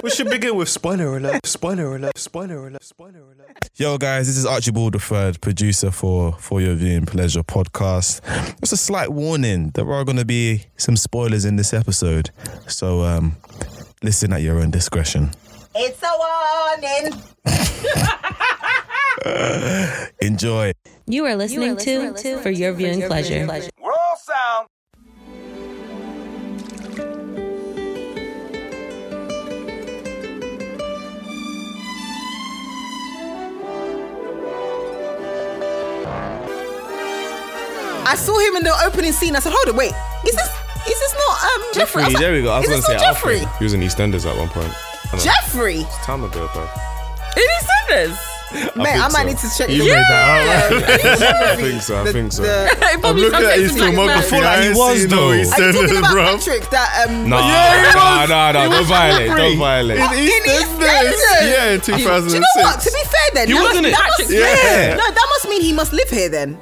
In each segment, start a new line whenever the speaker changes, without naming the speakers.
We should begin with spoiler alert, spoiler alert, spoiler alert, spoiler alert.
Yo, guys, this is Archibald III, producer for For Your Viewing Pleasure podcast. Just a slight warning there are going to be some spoilers in this episode. So um, listen at your own discretion.
It's a warning.
Enjoy.
You are listening, to, for your viewing pleasure.
Roll sound.
I saw him in the opening scene. I said, "Hold it, wait. Is this is this not um Jeffrey?" I was like,
there we go. I was
is
going to
this
say
not Jeffrey?
Alfred. He was in EastEnders at one point. I don't know.
Jeffrey.
It's time ago, bro.
Did he say this? Man,
think
I, might
so.
need to check.
You
the-
made that up.
I think so. I think so.
The,
I'm looking at his
I
filmography. I
ain't
was
seen
though.
no-
are
He
you
said
talking
it,
about
bro.
Patrick? That um.
Nah,
Yeah, he
nah,
was-
nah, nah,
he
Don't
was
violate.
Jeffrey.
Don't violate.
In EastEnders. Yeah, in
Do you know what? To
2006.
be fair, then
He
that,
was in it.
that must
Yeah.
mean- No, that must mean he must live here then.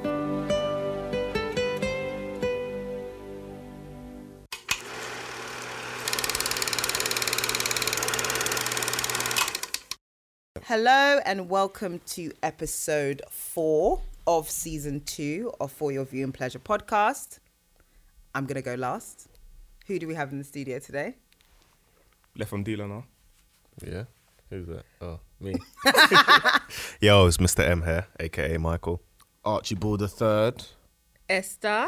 Hello and welcome to episode four of season two of For Your View and Pleasure podcast. I'm gonna go last. Who do we have in the studio today?
Left from dealer now.
Yeah. Who's that? Oh, me. Yo, it's Mr. M here, aka Michael.
Archibald III.
Esther.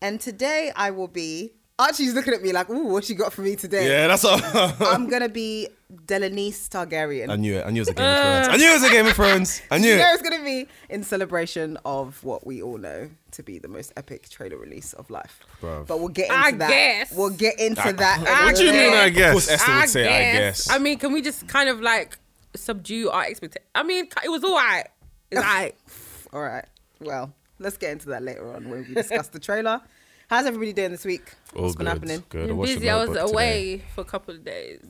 And today I will be. Archie's looking at me like, ooh, what you got for me today?
Yeah, that's all.
I'm going to be Delanice Targaryen.
I knew it. I knew it was a Game of Thrones. I knew it was a Game of Thrones. I knew
you know
it.
it's going to be in celebration of what we all know to be the most epic trailer release of life. But we'll get into
I
that.
guess.
Well get into that.
What do you mean, I
Of course, Esther would say, I guess.
I mean, can we just kind of like subdue our expectations? I mean, it was all right. It's all right.
All right. Well, let's get into that later on when we discuss the trailer. How's everybody doing this week? What's been happening
Good.
Been
watched
busy. I was
Notebook today.
away for a couple of days.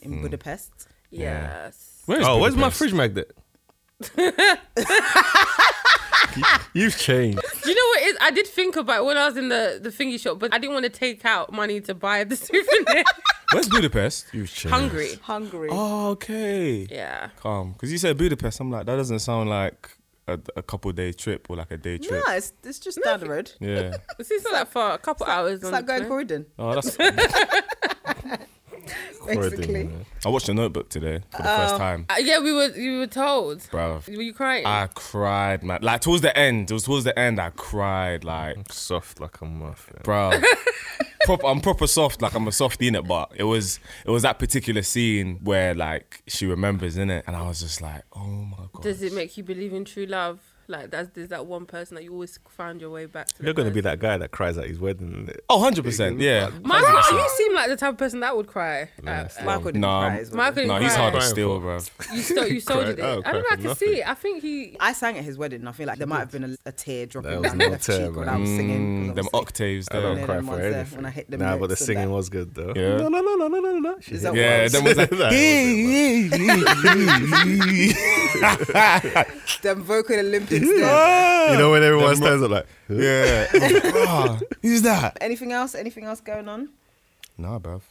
in Budapest?
Yes.
Where's
Oh, where's my
Budapest?
fridge magnet? You've changed.
Do you know what it is? I did think about it when I was in the, the thingy shop, but I didn't want to take out money to buy the souvenir.
Where's Budapest? You
Hungry.
Hungary.
Oh, okay.
Yeah.
Calm. Because you said Budapest. I'm like, that doesn't sound like a, a couple day trip or like a day
no,
trip.
it's, it's just down the road.
Yeah.
It's it's not that far. A couple hours.
It's like going Croydon,
Oh, that's.
basically.
I watched a notebook today for the first time.
Uh, yeah, we were you were told.
Bruv.
Were you crying?
I cried, man. Like towards the end, it was towards the end. I cried, like,
Soft like a muffin.
bro. proper, I'm proper soft, like I'm a softie in it. But it was, it was that particular scene where like she remembers in it, and I was just like, oh my god.
Does it make you believe in true love? Like that's there's that one person that you always find your way back to.
You're going to be that guy that cries at his wedding.
oh, 100 percent, yeah.
Michael, you seem like the type of person that would cry. Uh,
Michael didn't
Nah,
cry as well.
Michael didn't
No, he's
cry.
hard to steal, bro.
you, sto- you soldiered it.
Cry- oh, cry
I don't
for
know. I can see it. I think he.
I sang at his wedding. and I feel like there might have been a, a tear dropping
That
down
was
my
no
left
tear,
cheek when
man.
I was singing. 'cause
Mm, Them
I was
octaves,
I don't
Yeah,
there.
cry
them
for
ones there,
anything.
when I hit them
nah, but the
notes and
singing
that.
was good though.
Yeah.
No, no, no, no, no, no, no. She
Is
hit
that
it.
Yeah,
ones.
then was like,
That was
singing them vocal Olympics. there.
You know when everyone stands up like, yeah.
yeah. Ah, Who's that?
Anything else? Anything else going on?
Nah, bruv.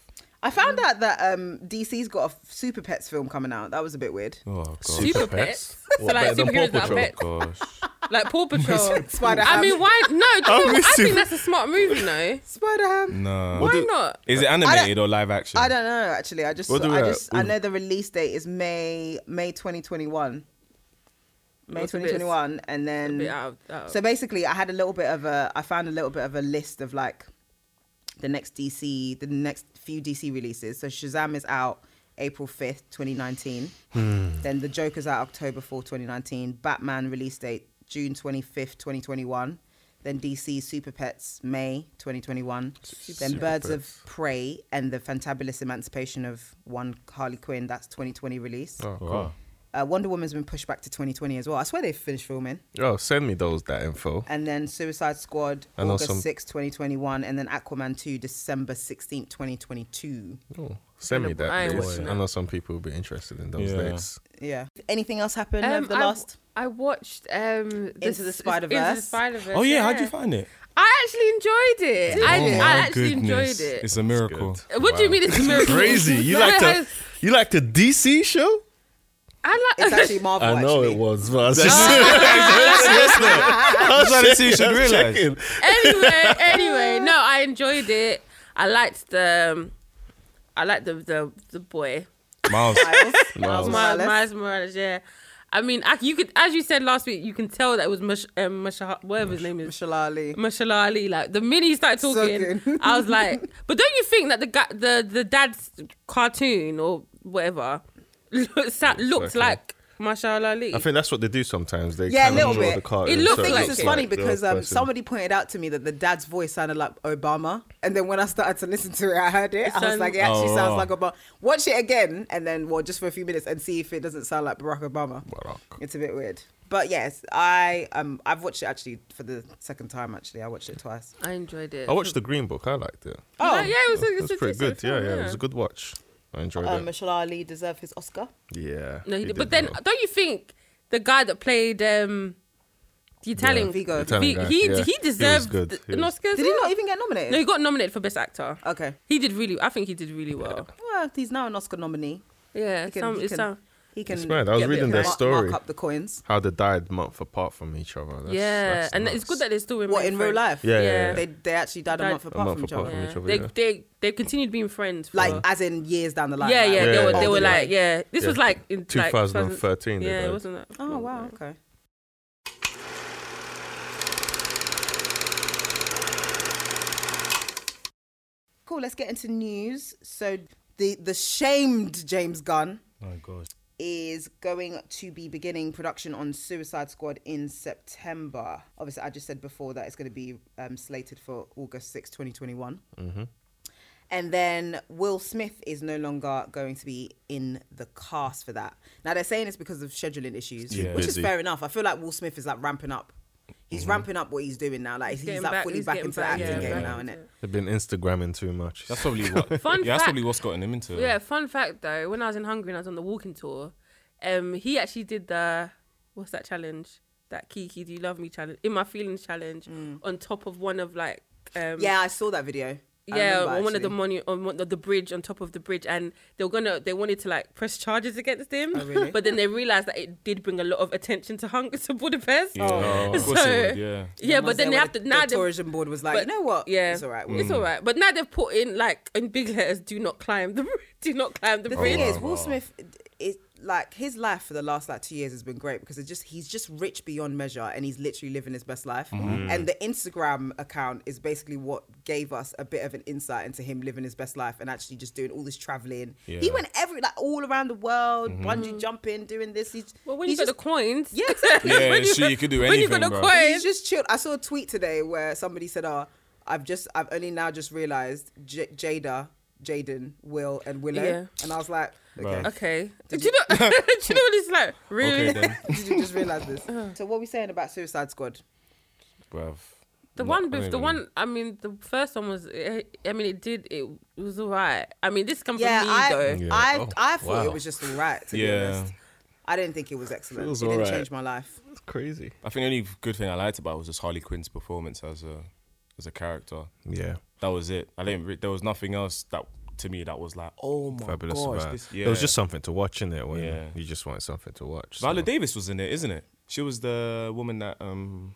I found out that um, DC's got a Super Pets film coming out. That was a bit weird.
Oh god.
Super
pets? What,
pets. so like
better than
superheroes
Paw
that
Patrol?
pet.
Gosh.
Like Paw Patrol.
Spider
I
Ham.
mean, why? No, do you know what? I
missing-
think that's a smart movie, no.
Spider
Mm.
Ham.
No.
Why not?
Is it animated or live action?
I don't know. Actually, I just,
We'll do
I
that.
just, I know the release date is May, May 2021. May
That's a bit-
2021, and then
Bit out of- out of-
um, So basically, I had a little bit of a, I found a little bit of a list of like the next DC, the next few DC releases. So Shazam is out April 5th, 2019.
Hmm.
Then The Joker's out October 4th, 2019. Batman release date June 25th, 2021. Then DC Super Pets May 2021. then Birds of Prey and The Fantabulous Emancipation of One Harley Quinn. That's 2020 release.
Oh, cool.
Uh, Wonder Woman's been pushed back to 2020 as well. I swear they finished filming
oh, send me those that info.
and then Suicide Squad
And
August
also-
6, 2021, and then Aquaman 2 December 16th, 2022.
Oh, send me that.
I ain't
please.
watching
I
it.
know some people will be interested in those
Yeah.
dates.
Yeah. Anything else happened
Um,
over the
I-
last?
I watched um,
the Spider-Verse.
Spider Verse.
Oh yeah, how'd you find it?
I actually enjoyed it. I,
Oh,
I actually
Goodness,
enjoyed it.
It's a miracle.
good.
What do you mean it's a miracle?
Crazy. You like the you like the DC show?
I like.
It's actually Marvel.
I know
actually.
it was, but I was just I was
That's what you should
just
realize.
checking.
anyway, anyway, no, I enjoyed it. I liked the, um, I liked the the, the boy
Miles.
Miles, Miles
Miles,
Morales.
Miles Morales. Yeah, I mean, I, you could, as you said last week, you can tell that it was Mush, um, Musha, whatever his name is,
Michelle Ali.
Mashallah Ali. Like the minute he started talking,
good.
I was like, but don't you think that the guy, the the dad's cartoon or whatever looked, sa- looked
okay.
like Mashallah Ali?
I think that's what they do sometimes. They
Yeah, a
kind
little
of draw
bit.
the cartoon.
It looks
so
like
Things
it.
is funny
the
because um,
person.
somebody pointed out to me that the dad's voice sounded like Obama, and then when I started to listen to it, I heard it. I was
sound-
like, it actually
Oh,
sounds
wow.
like Obama. Watch it again, and then well, just for a few minutes, and see if it doesn't sound like Barack Obama.
Barack.
It's a bit weird, but yes, I um, I've watched it actually for the second time. Actually, I watched it twice.
I enjoyed it.
I watched the Green Book. I liked it.
Oh, yeah, it was, a-
It
it's
was
a
pretty
decent
good. Yeah,
film,
yeah, it was a good watch. I enjoyed
Um,
it.
Michelle Ali deserved his Oscar.
Yeah.
No, he
it
did. But then,
well.
don't you think the guy that played um, the Italian
Yeah,
Vigo.
Italian guy,
he
yeah.
he
He was
deserved
good, he
an
was-
Oscar? as
Did he
well?
not even get nominated?
No, he got nominated for best actor.
Okay.
He did really. I think he did really well.
Well, he's now an Oscar nominee.
Yeah,
He can,
some,
he
it's
can,
some-
he can
It's mad. I was
get a bit
reading
of
their
mark-
story.
Mark up the coins.
How they died month apart from each other. That's,
yeah,
that's
and
nuts.
it's good that they still remain
What in real
friends.
life?
Yeah, yeah,
Yeah.
yeah.
They, they actually died a
Died-
month apart
month
from each
apart
other.
from
Yeah.
each other,
They,
yeah.
they they continued being friends. For,
Like as in years down the line.
yeah,
like,
yeah,
Yeah,
they were
yeah.
they were
older
like yeah. This was
Yeah.
like in like,
2013 they
yeah, it
died.
wasn't that.
Oh
long
wow.
ago.
Okay. Cool. Let's get into news. So the the shamed James Gunn
My God.
is going to be beginning production on Suicide Squad in September. Obviously, I just said before that it's going to be um, slated for August 6, 2021.
Mm-hmm.
And then Will Smith is no longer going to be in the cast for that. Now, they're saying it's because of scheduling issues,
Yeah.
which is
Busy. Mm-hmm.
fair enough. I feel like Will Smith is like ramping up. He's ramping up what he's doing now. Like he's,
getting
like
back-
fully
he's
back
getting
into
back,
the acting
yeah,
game
back
now,
into
isn't
it.
it?
They've been Instagramming too much.
That's probably what.
Fun
yeah, that's
fact.
probably what's gotten him into it.
Yeah, fun fact though, when I was in Hungary and I was on the walking tour, um, he actually did the what's that challenge? That Kiki, do you love me challenge? In my feelings challenge, on top of one of like um,
Mm. Yeah, I saw that video. I
yeah,
remember,
on one of the
actually.
monu- on one of the bridge on top of the bridge, and they were gonna they wanted to like press charges against him,
Oh,
really?
but then they realized that it did bring a lot of attention to Hung to Budapest.
Yeah. Oh, Of course
So-
it would, yeah.
Yeah,
Once
but then
they
they
were-
have to
the
now they've-
tourism board was like,
but-
you know what?
Yeah,
it's all right.
Mm.
It's all right. But now they've put in like in big letters, "Do not climb the bridge. Do not climb the
The
bridge."
thing is, Will Smith is like his life for the last like two years has been great because it's just he's just rich beyond measure and he's literally living his best life. And the Instagram account is basically what gave us a bit of an insight into him living his best life and actually just doing all this traveling. He
Yeah.
went every like all around the world, bungee jumping, doing this. He's
Well, when
he's
you got
just
the coins,
yeah, exactly.
Yeah,
When
sure, you could do
When you got
anything,
the
bro.
coins,
He's just chilled. I saw a tweet today where somebody said, "Oh, I've just, I've only now just realized J- Jada, Jaden, Will, and Willow,"
Yeah.
and I was like, "Okay,
okay. Do you know? do you know what it's like? Really?
Okay then,
did you just realize this?"
Uh-huh.
So what we saying about Suicide Squad?
bruv.
The
Not-
one,
I don't
bef- the
even-
one. I mean, the first one was. eh, I mean, it did. It was alright. I mean, this comes
Yeah,
from me
I,
though.
I,
Oh,
I thought it
wow.
was just all right. To
Yeah.
be honest, I didn't think it was excellent.
Feels
it didn't
alright.
change my life.
That's crazy.
I think the only good thing I liked about was just Harley Quinn's performance as a as a character.
Yeah.
That was it. I didn't. Re- there was nothing else that to me that was like, oh my
Fabulous
gosh,
about
this-
it.
yeah.
It was just something to watch in it.
Yeah.
Yeah. You just wanted something to watch.
Viola
so-
Davis was in it, isn't it? She was the woman that um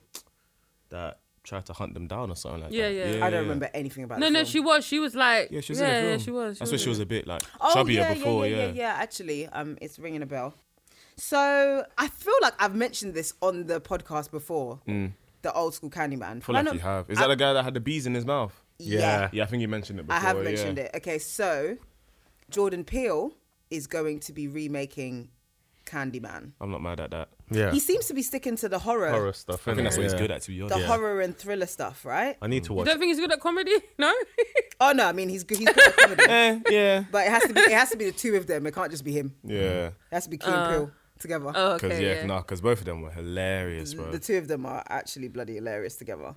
that tried to hunt them down or something like
Yeah,
that.
yeah.
I don't remember anything about.
No,
the
no,
film.
she was. She was like.
Yeah, she was
yeah,
in the
yeah,
film.
she was.
That's
was
when she was
in
a
it.
bit like
Oh,
chubbier
yeah,
before.
yeah, yeah, yeah, yeah. Actually, um, it's ringing a bell. So I feel like I've mentioned this on the podcast before. The old school Candyman.
Feel
Can I
like
not-
you have. Is
I-
that the guy that had the bees in his mouth?
Yeah,
Yeah.
Yeah, I think you mentioned it before.
I have
yeah.
mentioned it. Okay, so Jordan Peele is going to be remaking Candyman.
I'm not mad at that.
Yeah.
He seems to be sticking to the horror,
horror stuff.
I think that's what he's good
at.
at, to be honest.
the horror and thriller stuff, right?
I need to
You
watch.
don't think he's good at comedy? No.
Oh no, I mean he's good. He's good at comedy,
Eh, yeah.
but it has to be it has to be the two of them. It can't just be him. It
Yeah.
has to be Key and Peele together.
Uh, oh,
Because,
okay.
yeah,
yeah.
nah, because both of them were hilarious, bro.
the two of them are actually bloody hilarious together.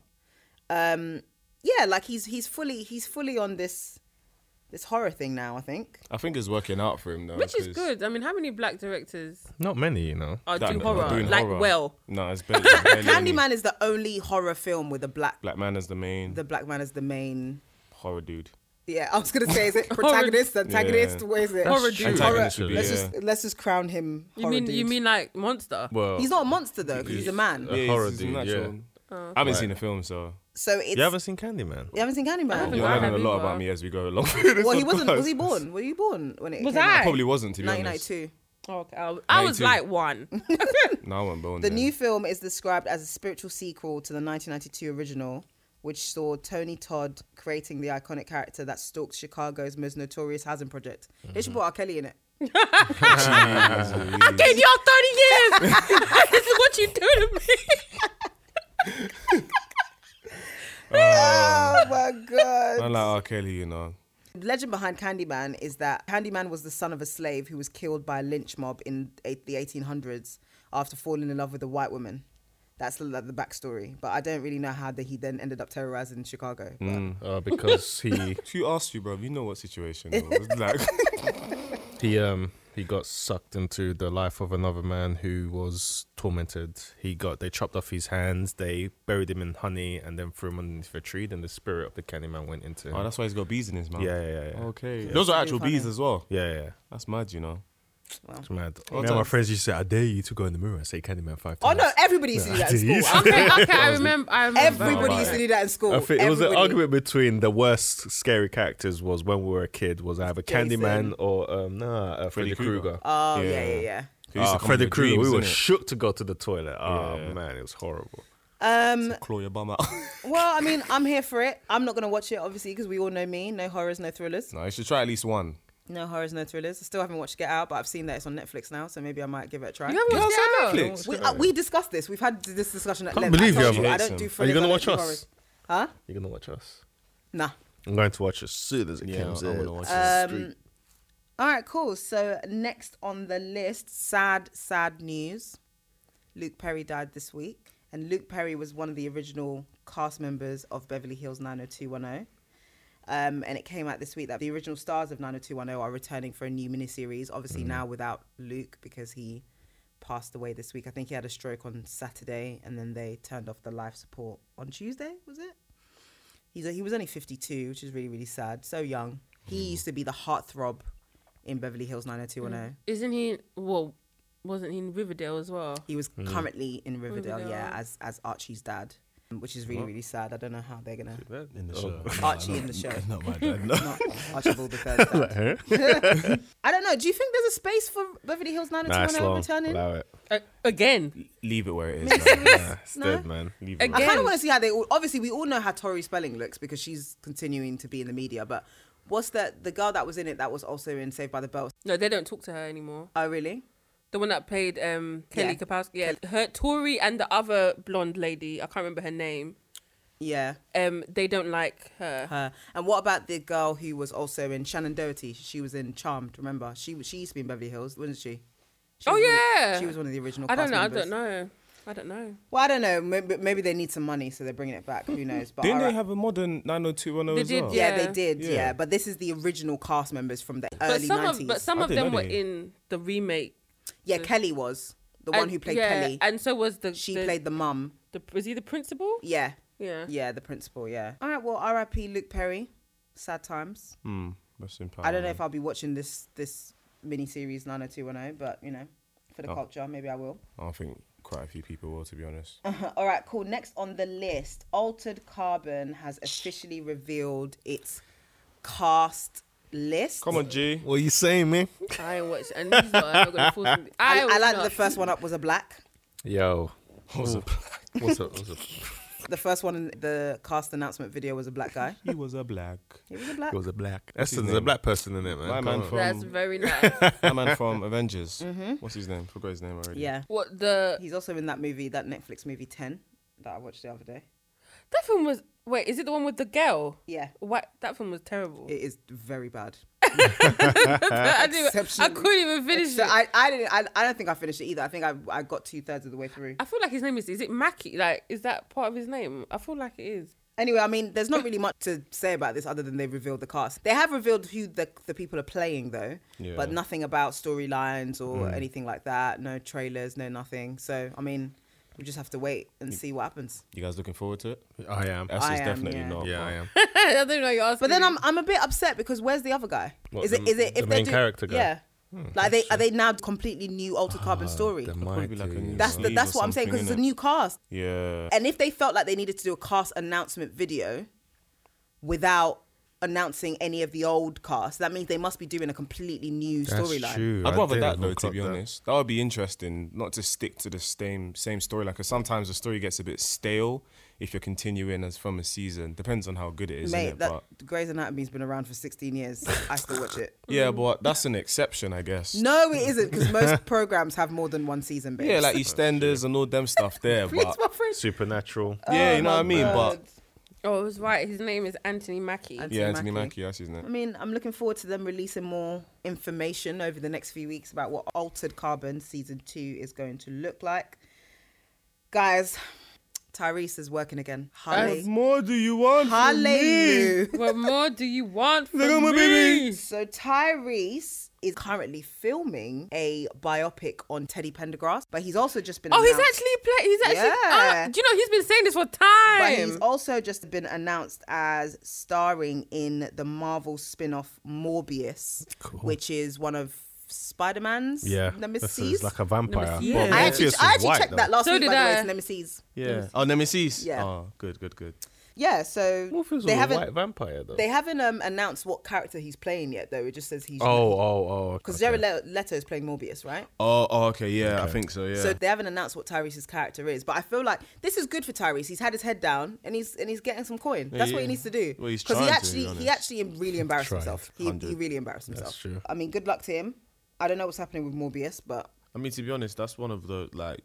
Um, yeah, like he's he's fully he's fully on this this horror thing now. I think
I think it's working out for him though.
Which is
'cause
good. I mean, how many black directors
Not many, you know.
are
that-
doing
that
horror?
doing
like,
horror-
well,
No, it's barely, it's barely any-
Candyman is the only horror film with a black
Black man is the main
the black man as the main.
horror dude.
Yeah, I was gonna say, is it protagonist, antagonist?
Yeah.
Where is it?
Horror dude.
Antagonist would be,
Let's
yeah.
just let's just crown him.
you
horror
mean you
dude.
mean like monster?
Well,
he's not a monster though, 'cause he's a man.
Yeah.
he's-
horror
he's
dude,
natural. I haven't seen the film, so
So it's
you haven't seen Candyman?
you haven't seen Candyman.
haven't.
you're
I
learning a lot
either.
about me as we go along.
Well, he wasn't. Was he born? Were you born when it
Was
came
I?
out?
Probably wasn't to be honest.
1992.
Oh, okay. I, was- I was
92.
like one.
No, I wasn't born.
The
then.
new film is described as a spiritual sequel to the 1992 original, which saw Tony Todd creating the iconic character that stalked Chicago's most notorious housing project. They should put R. Kelly in it.
I gave y'all 30 years. this is what you do to me.
Oh my god!
I like R. Kelly, you know.
The legend behind Candyman is that Candyman was the son of a slave who was killed by a lynch mob in eight- the 1800s after falling in love with a white woman. That's the, the backstory, but I don't really know how that he then ended up terrorizing Chicago. But
Uh, because he
Who asked you, bro? You know what situation. it was. Like,
he um he got sucked into the life of another man who was tormented. He got they chopped off his hands, they buried him in honey, and then threw him underneath a tree. Then the spirit of the Candyman went into him.
oh, that's why he's got bees in his mouth.
yeah, yeah, yeah, yeah.
Okay. Those are actual bees as well.
Yeah, yeah.
That's mad, you know.
It's
Oh.
mad.
Well
Me and my
done.
friends used to say, I dare you to go in the mirror and say Candyman five
oh
times.
no, everybody used to do that in
Jeez.
school.
Okay, okay, I remember. I remember.
Everybody used to do that in school.
I think it was an
Everybody.
argument between the worst scary characters was when we were a kid was either Candyman or um nah uh,
Freddy
Freddy
Krueger.
Krueger.
Oh yeah, yeah, yeah.
He used to
Ah,
come
Freddy
with
Krueger, we
dreams,
were
innit?
shook to go to the toilet. Oh man, it was horrible.
claw your bum out.
Well, I mean, I'm here for it. I'm not gonna watch it obviously because we all know me. No horrors, no thrillers.
no, you should try at least one.
No horrors, no thrillers. I still haven't watched Get Out, but I've seen that it's on Netflix now, so maybe I might give it a try.
You haven't watched
Yeah,
it
it's on
out?
Netflix.
We, uh, we discussed this. We've had this discussion at
Can't
length. I
believe
told
you haven't.
I don't do
Hates
Are you
thrillers.
gonna
I
watch
don't do
us?
horrors. Huh?
You're gonna watch us.
Nah.
I'm going to watch as soon as it
Yeah,
comes
I wanna
in.
watch
Uh,
Street.
All right, cool. So next on the list, sad, sad news. Luke Perry died this week, and Luke Perry was one of the original cast members of Beverly Hills 90210. Um, and it came out this week that the original stars of 90210 are returning for a new miniseries. Obviously now without Luke because he passed away this week. I think he had a stroke on Saturday, and then they turned off the life support on Tuesday. Was it? He's he was only 52, which is really really sad. So young. He
Hmm.
used to be the heartthrob in Beverly Hills 90210.
Isn't he? Well, wasn't he in Riverdale as well?
He was
Hmm.
currently in Riverdale, yeah, as as Archie's dad, which is really really sad. I don't know how they're gonna
In the show.
Archie in the show.
Not my dad. No.
Not Archibald the third. dad. I don't know. Do you think there's a space for Beverly Hills
Nah, it's
90210
long.
returning?
Allow it.
Uh,
A- again.
Leave it where it is. man.
Nah, it's
No?
dead, man. Leave it.
I kind
Again.
of want to see how they. All, obviously, we all know how Tori Spelling looks because she's continuing to be in the media. But what's that? The girl that was in it that was also in Saved by the Bell.
No, they don't talk to her anymore.
Oh, really?
The one that played um, Kelly
Yeah.
Kapowski. Yeah, her Tori and the other blonde lady. I can't remember her name.
Yeah.
Um, they don't like her.
Her. And what about the girl who was also in Shannon Doherty? She was in Charmed. Remember, she was- she used to be in Beverly Hills, wasn't she? She
Oh,
was one of-
yeah.
she was one of the original.
I
cast
don't know.
members.
I don't know. I don't know.
Well, I don't know. Maybe, maybe they need some money, so they're bringing it back. Who knows? But
Didn't
all
they
right.
have a modern 90210
They
as
did,
well?
Yeah,
Yeah.
they did. Yeah.
Yeah.
but this is the original cast members from the
But
early
some
nineties.
of but some
I
of
didn't
them
know
were
they-
in the remake.
yeah, Kelly was the one
And-
who played
yeah,
Kelly.
and so was the
she
the,
played the mum.
the was he the principal?
Yeah.
Yeah.
Yeah, the principal. Yeah. All right. Well, R.I.P. Luke Perry. Sad times.
Hmm. Rest in power,
I don't know
man.
if I'll be watching this this oh mini series 90210, but you know, for the culture, maybe I will.
I think quite a few people will, to be honest.
All right, cool. Next on the list, Altered Carbon has officially revealed its cast list.
Come on, G.
What are you saying, man?
I ain't watched. And these lot, I'm not gonna force them.
I,
I,
I
was
like that
not-
the first one up was a black.
Yo. What's up? What's up? What's up?
The first one in the cast announcement video was a black guy.
He was a black.
He was a black.
It was a black. That's
his
there's a
name?
black person in it, man.
My
Come
man
on.
from
That's very nice.
my man from Avengers. What's his name? Forgot his name already.
Mm-hmm. Yeah.
what the
He's also in that movie, that Netflix movie 10 that I watched the other day.
that film was? Wait, is it the one with the girl?
Yeah.
What that film was terrible.
It is very bad.
I, didn't, I
Exceptionally-
couldn't even finish
So
it. I,
I, I didn't I, I don't think I finished it either. I think I, I got two thirds of the way through.
feel like his name is is it Mackie? Like is that part of his name? I feel like it is.
Anyway, I mean, there's not really much to say about this other than they revealed the cast. They have revealed who the, the people are playing, though, but nothing about storylines or
Hmm.
anything like that. No trailers, no nothing. So, I mean, we just have to wait
Hmm.
and see what happens.
You guys looking forward to it?
I am.
Esther's
am,
definitely
yeah.
not.
yeah,
but-
I am.
I don't know. You asked,
But then I'm, I'm a bit upset because where's the other guy?
What,
Is
the-
it is it
the
if they
main
do-
character guy? Hmm. Ah,
Yeah, like they are they now completely new Altered Carbon story.
There
probably
might
be like a
be.
new
That's the,
sleeve
that's
or
what I'm saying because it's
something,
a new cast.
Yeah.
And if they felt like they needed to do a cast announcement video without announcing any of the old cast, that means they must be doing a completely new
That's
storyline.
true.
I'd
I
rather
didn't
that
even
though, to
clock
be
that.
honest. That would be interesting, not to stick to the same same storyline. Because sometimes the story gets a bit stale if you're continuing as from a season. Depends on how good it is,
Mate,
innit?
that
But
Grey's Anatomy's been around for 16 years. I still watch it.
yeah, but that's an exception, I guess.
Mm. No, it isn't because most programs have more than one season. Babes.
Yeah, like EastEnders and all them stuff there,
Please,
but
my friend.
Supernatural.
yeah, you know what I mean. But
oh, it was right. His name is Anthony Mackie.
And-
yeah, Anthony
Mackie. Mm.
Mackie, that's his
I
name.
mean, I'm looking forward to them releasing more information over the next few weeks about what Altered Carbon season two is going to look like. Guys, Tyrese is working again.
What
Hallelujah.
more do you want? from me?
Hallelujah.
what more do you want from
Look at my
me?
baby.
So Tyrese is currently filming a biopic on Teddy Pendergrass, but he's also just been
Oh, he's
announced-
actually playing. He's actually.
Yeah.
Ah, do you know he's been saying this for
but he's
time?
also just been announced as starring in the Marvel spin-off Morbius, which is one of Spider-Man's
Yeah, this
nemesis.
is like a vampire.
Nemesis.
Well,
Yeah.
I
Morpheus
actually,
is
I actually
white,
checked
though.
that last
So
week.
did
By the way,
I.
it's nemesis.
Yeah. Oh, Nemesis.
Yeah.
Oh, good, good, good.
Yeah, so
Morpheus
they
was a
haven't
white vampire though.
they haven't um, announced what character he's playing yet, though. It just says he's
oh, oh, oh.
because
okay.
Jared Le- Leto is playing Morbius, right?
Oh, oh, okay, yeah, I think so. Yeah.
So they haven't announced what Tyrese's character is, but I feel like this is good for Tyrese. He's had his head down and he's and he's getting some coin. That's what he
yeah.
needs to do.
Well, he's
he
trying to, to
actually
be
he
honest.
actually really embarrassed
Trying,
himself. He, he
100.
really embarrassed himself.
true.
I mean, good luck to him. I don't know what's happening with Morbius, but
I mean, to be honest, that's one of the like.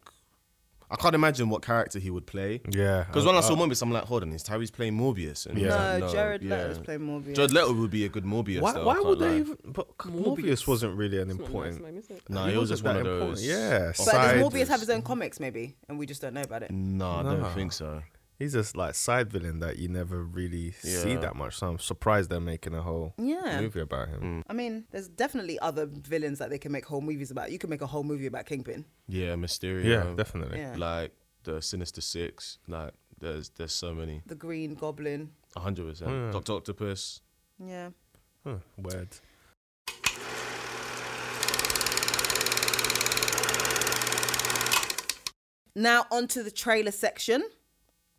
I can't imagine what character he would play.
Yeah,
Because
I-
when I saw Morbius, I'm like, hold on, is Tyrese playing Morbius? And
Yeah.
no,
he's like,
Uh, Jared
yeah.
Leto's playing Morbius.
Jared Leto would be a good Morbius.
Why,
though,
why
I can't
would they
lie.
even? But Morbius wasn't really an important.
Nah,
He
he was
wasn't
just one
that
of
important.
those.
Yeah,
Oh,
but does
side-
Morbius have his own comics maybe, and we just don't know about it?
No, I don't think so.
He's just like side villain that you never really see
Yeah.
that much. So I'm surprised they're making a whole
Yeah.
movie about
Mm.
him.
I mean, there's definitely other villains that they can make whole movies about. You can make a whole movie about Kingpin.
Yeah, Mysterio.
Yeah, definitely.
Yeah.
Like the Sinister Six. Like there's there's so many.
The Green Goblin.
hundred
Oh,
percent. Doctor Octopus.
Yeah.
Huh, weird.
Now onto the trailer section.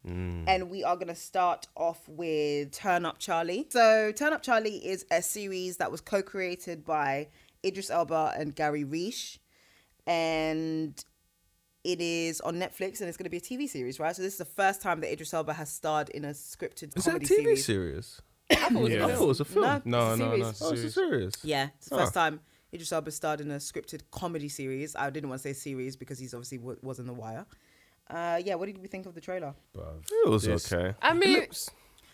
Mm.
And we are going to start off with Turn Up Charlie. So, Turn Up Charlie is a series that was co created by Idris Elba and Gary Reish. And it is on Netflix and it's going to be a TV series, right? So, this is the first time that Idris Elba has starred in a scripted
Is that a
comedy
TV
series.
series?
Yeah.
I thought Oh, it was a film.
No,
No, it's a
no, no.
series.
it's a
Oh, it's a
series.
series.
Yeah, it's the
Huh.
first time Idris Elba starred in a scripted comedy series. I didn't want to say series because he's obviously w- was in The Wire. Uh, yeah, what did we think of the trailer?
It was
This-
okay.
I mean, it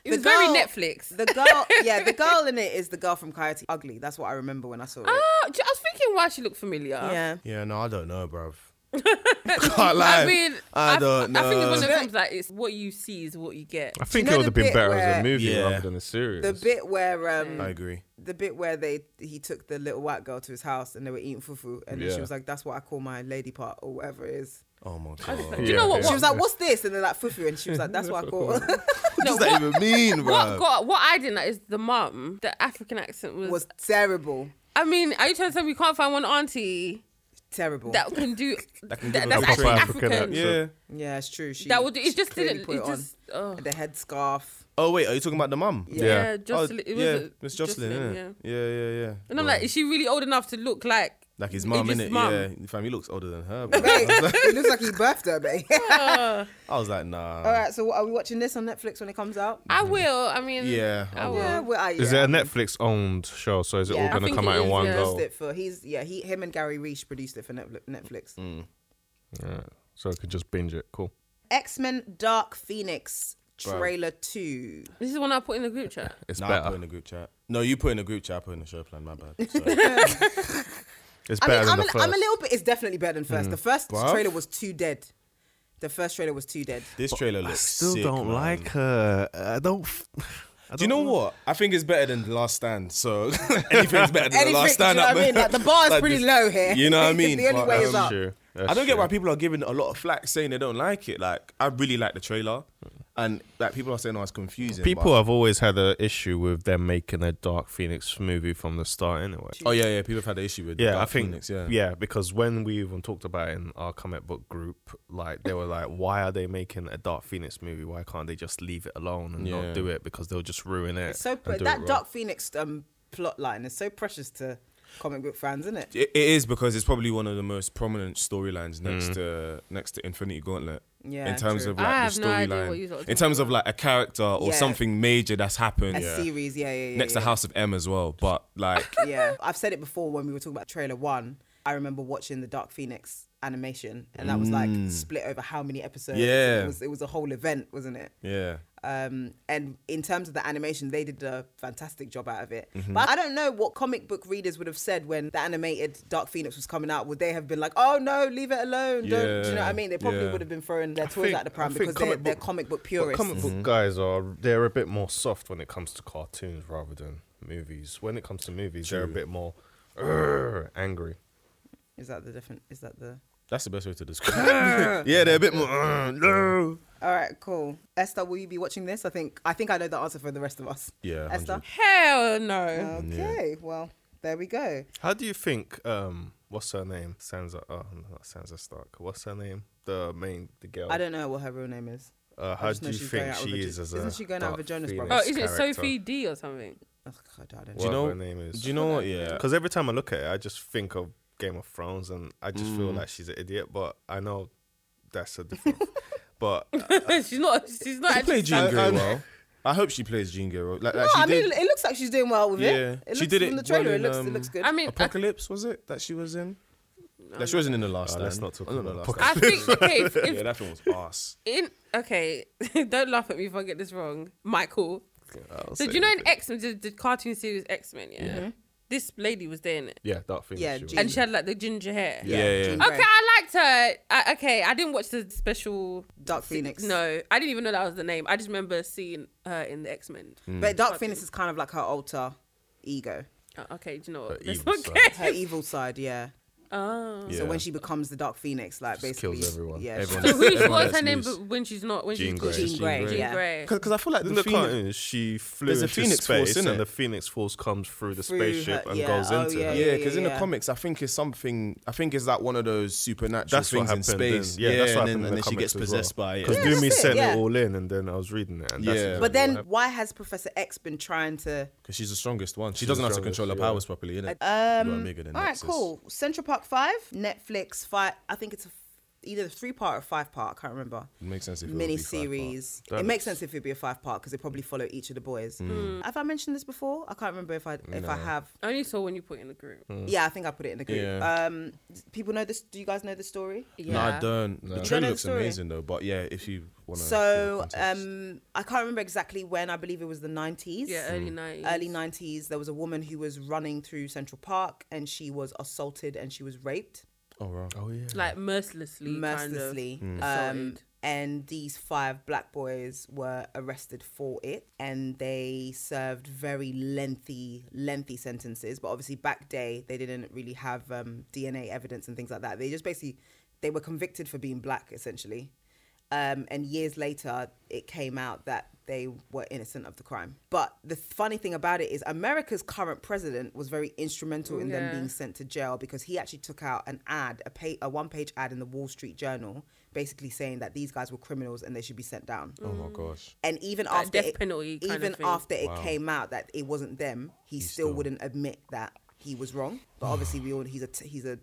was very
girl-
Netflix.
The girl, yeah, the girl in it is the girl from Coyote Ugly. That's what I remember when I saw it.
Oh, j- I was thinking why she looked familiar.
yeah,
Yeah, no, I don't know, bruv. can't lie.
I mean,
I
I,
don't
I think it's
know.
one of those things like it's what you see is what you get.
I think
know
it
the
would have been
bit
better as
where-
a movie
Yeah.
rather than a series.
the bit where
I
um,
agree.
the bit where they he took the little white girl to his house and they were eating fufu and then she
Yeah.
was like, "That's what I call my lady part or whatever it is."
Oh my god.
Do you know what?
She
What,
was like, "What's this?" And they're like, "Fufu," and she was like, "That's what I call."
no,
What does that
what,
even mean, bruv?
what got what I didn't like is the mum. The African accent was.
was terrible,
I mean, are you trying to say we can't find one auntie
terrible.
that can do that?
can give us
that's
a
actually
proper
African
African.
accent.
yeah.
yeah, it's true. She
That would. It
she
just
clearly
didn't.
put
It
on.
just. Oh.
the headscarf.
Oh wait, are you talking about the mum? Oh,
Yeah,
Yeah.
Jocelyn. it was
yeah,
a-
Miss Jocelyn. yeah.
yeah.
yeah, yeah, yeah.
And I'm
Bro.
like, is she really old enough to look like?
like his mum,
Idris'
innit?
mum.
Yeah, fam, he looks older than her. Bro.
Babe, it looks like he birthed her, babe.
I was like, nah.
All right, so are we watching this on Netflix when it comes out?
I will. I mean,
Yeah,
I
I
will.
Yeah, well, I, yeah.
Is it a Netflix owned show? So is it
Yeah. I
all going
think
to come
it
out in
is,
one
yeah.
go?
produced it for he's yeah he him and Gary Reach produced it for Netfli- Netflix.
Yeah. So I could just binge it. Cool.
X Men Dark Phoenix trailer two.
This is one I put in the group chat.
It's
Nah, I put
better.
in a group chat. No, you put in a group chat. I put in a show plan. My bad. So,
It's
I mean,
better than
I'm
the
a,
first.
I'm a little bit. It's definitely better than first. The first
Bruv.
trailer was too dead. The first trailer was too dead.
This trailer looks.
I still
sick,
don't
man.
like her. I don't. f- I
Do you know
don't
what? I think it's better than The Last Stand. So anything's better than The
Anything,
Last
do you
Stand.
know what I
man.
mean? Like, the bar is
Like
pretty
this-
low here.
You know what I
It's
mean?
the only
But,
way
um,
is up.
Sure,
I
that's
don't get
true.
why people are giving it a lot of flack saying they don't like it. Like I really like the trailer, and like people are saying, "Oh, it's confusing."
People
but-
have always had an issue with them making a Dark Phoenix movie from the start, anyway.
Oh yeah, yeah. People have had an issue with.
Yeah,
Dark
I think
Phoenix,
yeah. because when we even talked about it in our comic book group, like they were like, "Why are they making a Dark Phoenix movie? Why can't they just leave it alone and
Yeah.
not do it? Because they'll just ruin it."
It's so
and
pre-
do it
that
wrong."
Dark Phoenix um, plot line is so precious to comic book fans, isn't it?
It, it is because it's probably one of the most prominent storylines next
Mm.
to next to Infinity Gauntlet.
Yeah,
in terms
true.
of
I
like
have
the
no idea what
storyline,
you lot are
in
talking
terms of
about.
like a character or
Yeah.
something major that's happened.
A series, yeah, yeah, yeah.
Next
yeah.
to House of M as well, but like
yeah. I've said it before when we were talking about trailer one. I remember watching the Dark Phoenix animation, and that was like split over how many episodes.
Yeah.
it was, it was a whole event, wasn't it?
yeah,
Um, and in terms of the animation, they did a fantastic job out of it. But I don't know what comic book readers would have said when the animated Dark Phoenix was coming out. Would they have been like, "Oh no, leave it alone"? Don't, do you know what
Yeah,
I mean? They probably
yeah.
would have been throwing their
I
toys
think-
at the pram
I think
because they're,
comic
they're
book-
comic book
But
purists.
comic book guys are they're a bit more soft when it comes to cartoons rather than movies. When it comes to movies, they're a bit more "Urgh," angry.
Is that the different? Is that the?
that's the best way to describe. it. yeah, they're a bit more. "Uh, no.
All right, cool. Esther, will you be watching this? I think I think I know the answer for the rest of us.
Yeah,
Esther.
Hell no.
Okay, well there we go.
How do you think? Um, what's her name? Sansa. Oh, not Sansa Stark. What's her name? The main, the girl.
I don't know what her real name is.
Uh, how
just
do
know
you
she's going
think
out
she
with a
is
ju-
as a
isn't she going out
Dark
with Jonas
Phoenix
Brothers?
Oh, is it
character?
Sophie D or something?
Ugh, God, I don't
Do you
know.
know
know-
her name is?
Do you know what? Yeah,
Because every time I look at it, I just think of Game of Thrones, and I just feel
Mm.
like she's an idiot. But I know that's a different. but
she's not. She's not.
she
actually
played Jean
Sophie.
Grey well. I hope she plays Jean Grey well. Like, like
No,
she
I
did.
mean, it looks like she's doing well with
yeah,
it. it
she
looks,
did it.
from the
well
trailer.
in,
it looks,
um,
it looks good.
I mean, I,
Apocalypse was it that she was in? that she wasn't in the last.
Oh, let's
Stand.
not talk
Wasn't
about
The
that.
Last
I
Stand.
think okay. If, if
yeah, that film was ass.
in okay, don't laugh at me if I get this wrong, Michael. So do you know in X Men, the, the cartoon series X Men, yeah? This lady was there in it,
yeah, Dark Phoenix.
Yeah,
she was.
Jean-
and she had like the ginger hair.
Yeah, yeah.
Jean
Okay,
Grey.
I liked her. I, okay, I didn't watch the special.
Dark Phoenix.
No, I didn't even know that was the name. I just remember seeing her in the X Men.
Mm.
But Dark Phoenix is kind of like her alter ego,
Uh, okay, do you know what?
Her
Let's
evil
not
side.
get-
her evil side. Yeah.
Oh.
So when she becomes the Dark Phoenix, like basically
kills everyone.
Yeah. she-
Everyone-
So who's,
Everyone
what's
that's
her name?
loose.
But when she's not, when
Jean
she's
Grey.
good?
Jean Grey.
Jean
Yeah.
Grey.
Because I feel like
In
the
the
Phoenix-
cartoons, she flew
There's a
into
Phoenix Force,
space,
innit?
and the Phoenix Force comes through the
Through
spaceship
her-
and
yeah,
goes
oh,
into
yeah,
her.
yeah.
Yeah, because in the comics, I think it's something. I think it's like one of those supernatural
That's what
things in
happened.
space.
then. Yeah, that's what
and then,
happened in
and
the
then she gets
comics as well.
possessed by it.
Because
Yeah,
Doomy
that's it,
sent
yeah.
it all in, and then I was reading it. And that's
Yeah.
exactly
But
what
then
happened.
why has Professor X been trying to?
Because she's the strongest one. She doesn't
the
have to control her
strongest, yeah.
powers properly, innit?
Um,
you are bigger than
All right,
Nexus.
cool. Central Park Five, Netflix. Five. I think it's a, either three part or five part. I can't remember.
It makes sense if it would be
Mini
five
series.
That
It makes
looks-
sense if it'd be a five part because they probably follow each of the boys.
Mm.
Have I mentioned this before? I can't remember if I if I have.
I only saw when you put it in the group.
Mm.
Yeah, I think I put it in the group.
Yeah.
Um, d- people know this. Do you guys know the story?
Yeah.
No, I don't. The
Don't
trailer
know the
looks
story.
amazing though. But yeah, if you want to.
So um, I can't remember exactly when. I believe it was the nineties.
Yeah, early nineties.
Mm.
Mm.
early 90s there was a woman who was running through central park and she was assaulted and she was raped
oh wow. Oh yeah.
like mercilessly,
mercilessly
kind
um,
of mm. assaulted.
and these five black boys were arrested for it and they served very lengthy lengthy sentences but obviously back day they didn't really have um, dna evidence and things like that they just basically they were convicted for being black essentially um, and years later it came out that they were innocent of the crime but the funny thing about it is america's current president was very instrumental in them
Yeah.
being sent to jail because he actually took out an ad a, pa a one-page ad in the wall street journal basically saying that these guys were criminals and they should be sent down
Oh my gosh.
and even after
death
it,
penalty kind of
even
thing.
after it came out that it wasn't them he, still, wouldn't admit that he was wrong but obviously we all he's a t- he's a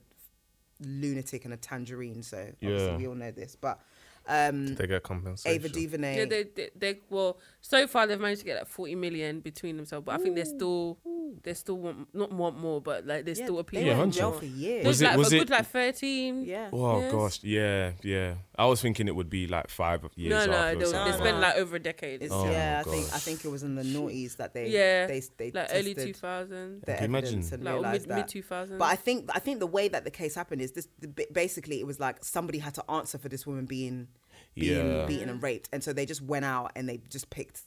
lunatic and a tangerine so obviously
Yeah.
we all know this but um
they get compensation.
Ava DuVernay.
Yeah, they, they, they well, so far they've managed to get like forty million between themselves, but I think they're still they still want not want more, but like they still appeal.
They were
for
in
hundred.
jail
more.
for years.
Was
Was
it-
like,
was
a
it-
good like thirteen?
yeah.
Oh
Yes.
gosh, yeah, yeah. I was thinking it would be like five years.
No, no,
after
they,
or
they
something
spent
like
like over a decade.
It's,
Oh my
yeah, I think I
gosh.
think it was in the noughties that they
yeah,
they they
like early two
tested
thousand,
the
Can you
evidence
imagine?
and
like or
realized
mid mid
that.
two thousand.
But I think I think the way that the case happened is this. the bi- Basically, it was like somebody had to answer for this woman being being
Yeah.
beaten and raped, and so they just went out and they just picked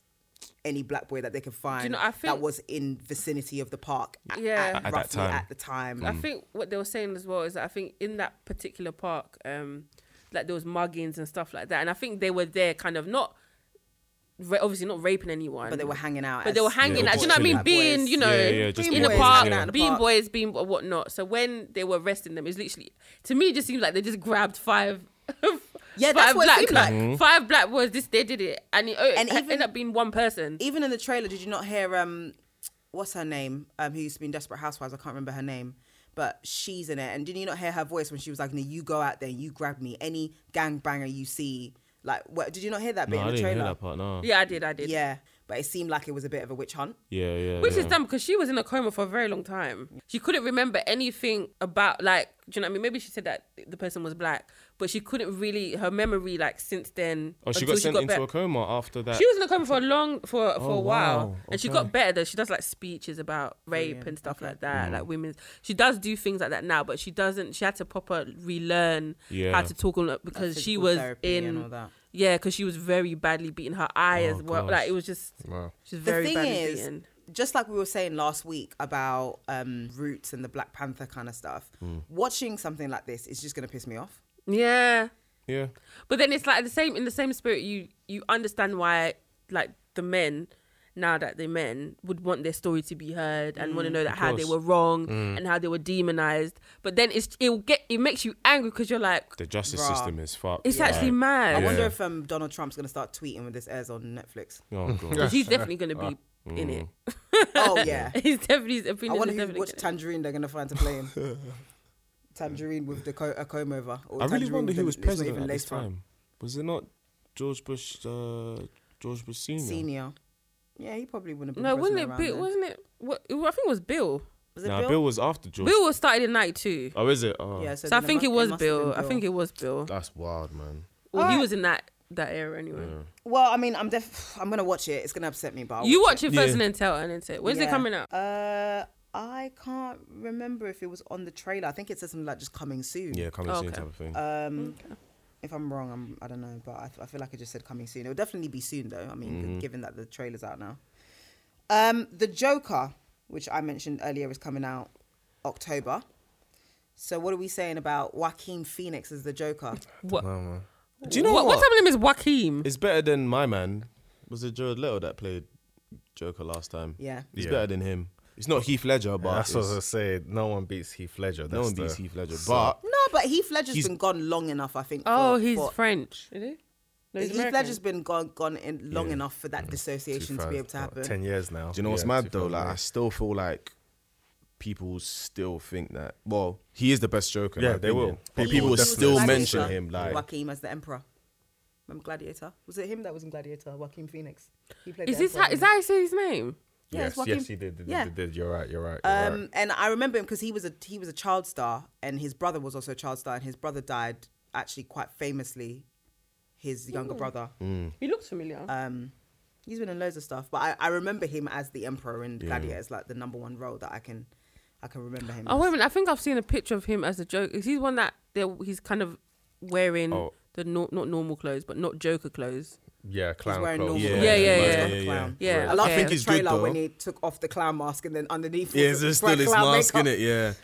any black boy that they could find
know, I
that
think-
was in vicinity of the park. At,
Yeah.
at,
At that
roughly
time.
at the time.
Mm.
I think what they were saying as well is that I think in that particular park, um, like there was muggings and stuff like that, and I think they were there kind of not, ra- obviously not raping anyone,
but they were hanging out.
but they were hanging
Yeah,
out. Do you know what I mean?
just
Being, you know,
Yeah, yeah, just
in
being
the
boys,
park,
yeah.
being boys, being wha- whatnot. So when they were arresting them, it's literally to me, it just seemed like they just grabbed five.
Yeah,
five
that's what it
black,
seemed like.
Mm-hmm.
Five black boys. This they did it, and it, oh,
And
and
even- e
ended up being one person.
Even in the trailer, did you not hear um, what's her name? Um, who used to be in Desperate Housewives? I can't remember her name, but she's in it. And did you not hear her voice when she was like, "No, you go out there, you grab me, any gangbanger you see." Like, what, did you not hear that bit
No,
in
I
the
didn't hear
trailer?
that part. No.
Yeah, I did. I did.
Yeah, but it seemed like it was a bit of a witch hunt.
Yeah, yeah.
Which is
yeah.
dumb because she was in a coma for a very long time. She couldn't remember anything about like, do you know what I mean? Maybe she said that the person was black, but she couldn't really her memory like since then.
Oh, she
until
got sent into
back-
a coma after that.
She was in a coma for a long for for
Oh,
a while,
wow.
and she
Okay.
got better. Though she does like speeches about rape and stuff like that,
Mm.
like women. She does do things like that now, but she doesn't. She had to proper relearn how
Yeah.
to talk on it because she
physical
was
therapy
in
and all that.
yeah, because she was very badly beaten. Her eye
Oh,
as well,
gosh.
like it was just
Wow.
she's
The
very
thing
badly
is,
beaten.
just like we were saying last week about um, roots and the Black Panther kind of stuff,
Hmm.
watching something like this is just gonna piss me off.
Yeah,
yeah.
But then it's like the same in the same spirit. You you understand why like the men now that they're men would want their story to be heard and want to know that how they
course.
were wrong and how they were demonized. But then it's it will get it makes you angry because you're like
The justice
Bruh.
system is fucked.
it's actually
like-
mad.
I wonder
Yeah.
if um, Donald Trump's gonna start tweeting when this airs on Netflix.
Oh god.
He's definitely gonna be in it.
Oh yeah.
He's definitely his
I
opinion.
wonder
is
who,
definitely
which
gonna-
tangerine they're gonna find to play him. tangerine with the co- a comb over. Or
I really
Tangerine
wonder
with the-
who was
it's not
president
even
at this
laced front.
time. Was it not George Bush? Uh, George Bush Senior.
Senior. Yeah, he probably wouldn't. Have been
No, wasn't
president
it
around
Bill?
then.
Wasn't it? What, I think it was Bill.
Was it
Nah, Bill?
Bill?
was after George.
Bill was started in night two,
Oh, is it? Oh.
Yeah,
Yes.
so,
so I
then
think
mu-
it was
must have
Bill.
been
I think it was Bill.
That's wild, man.
Well, he
Alright.
was in that that era anyway.
Well, I mean, I'm def- I'm gonna watch it. It's gonna upset me, but I'll
You watch it first
Yeah.
and then tell and then say, when's
Yeah.
it coming out?
Uh, I can't remember if it was on the trailer. I think it says something like just coming soon.
Yeah, coming soon
Okay.
type of thing.
Um, if I'm wrong, I'm I don't know, but I, I feel like I just said coming soon. It'll definitely be soon though. I mean, g- given that the trailer's out now. Um, the Joker, which I mentioned earlier, is coming out October. So what are we saying about Joaquin Phoenix as the Joker?
What?
No, man.
Do you know
what?
what?
What's happening is Joaquin.
It's better than my man. Was it Jared Leto that played Joker last time?
Yeah.
It's
Yeah.
better than him. It's not Heath Ledger, but
That's what I
it's-
was saying. No one beats Heath Ledger. That's
no one
the-
beats Heath Ledger.
So-
But
No, but Heath Ledger's
He's-
been gone long enough, I think.
oh,
for-
he's
for-
French. Is he? No, he's
Heath
American.
Ledger's been gone gone in long enough for that dissociation to be
2000
able to happen.
Ten years now.
Do you know what's
Yeah,
mad though?
2008.
Like I still feel like people still think that. Well, he is the best Joker. in
Yeah,
my
they will.
opinion. But
People
people
will
will
definitely
still
say
mention
that.
him. Like
Joaquin as the Emperor. Remember Gladiator? Was it him that was in Gladiator? Joaquin Phoenix. He played.
Is
the
this
Emperor,
how, is that how you say his name?
Yeah, it's
yes,
Joaquin-
yes, he did. did,
yeah.
did, did. You're right. You're right. You're
didn't he? Um,
right.
and I remember him because he was a he was a child star, and his brother was also a child star, and his brother died actually quite famously. His
Mm.
younger brother.
Mm.
He looks familiar.
Uh,
Um, he's been in loads of stuff, but I, I remember him as the Emperor in Gladiator. It's like the number one role that I can I can remember him.
oh
as.
wait a minute, I think I've seen a picture of him as a joke. Is he the one that they he's kind of wearing
Oh.
the nor not normal clothes, but not Joker clothes?
Yeah,
He's
clown
wearing
clothes.
normal.
Yeah,
clothes,
yeah,
but he's
yeah,
got
yeah,
the clown.
yeah, yeah.
I love
Okay.
I think
I think it's
his
good,
trailer
though.
when he took off the clown mask and then underneath.
yeah,
was
there's
bright
still his
clown
mask in
makeup.
it.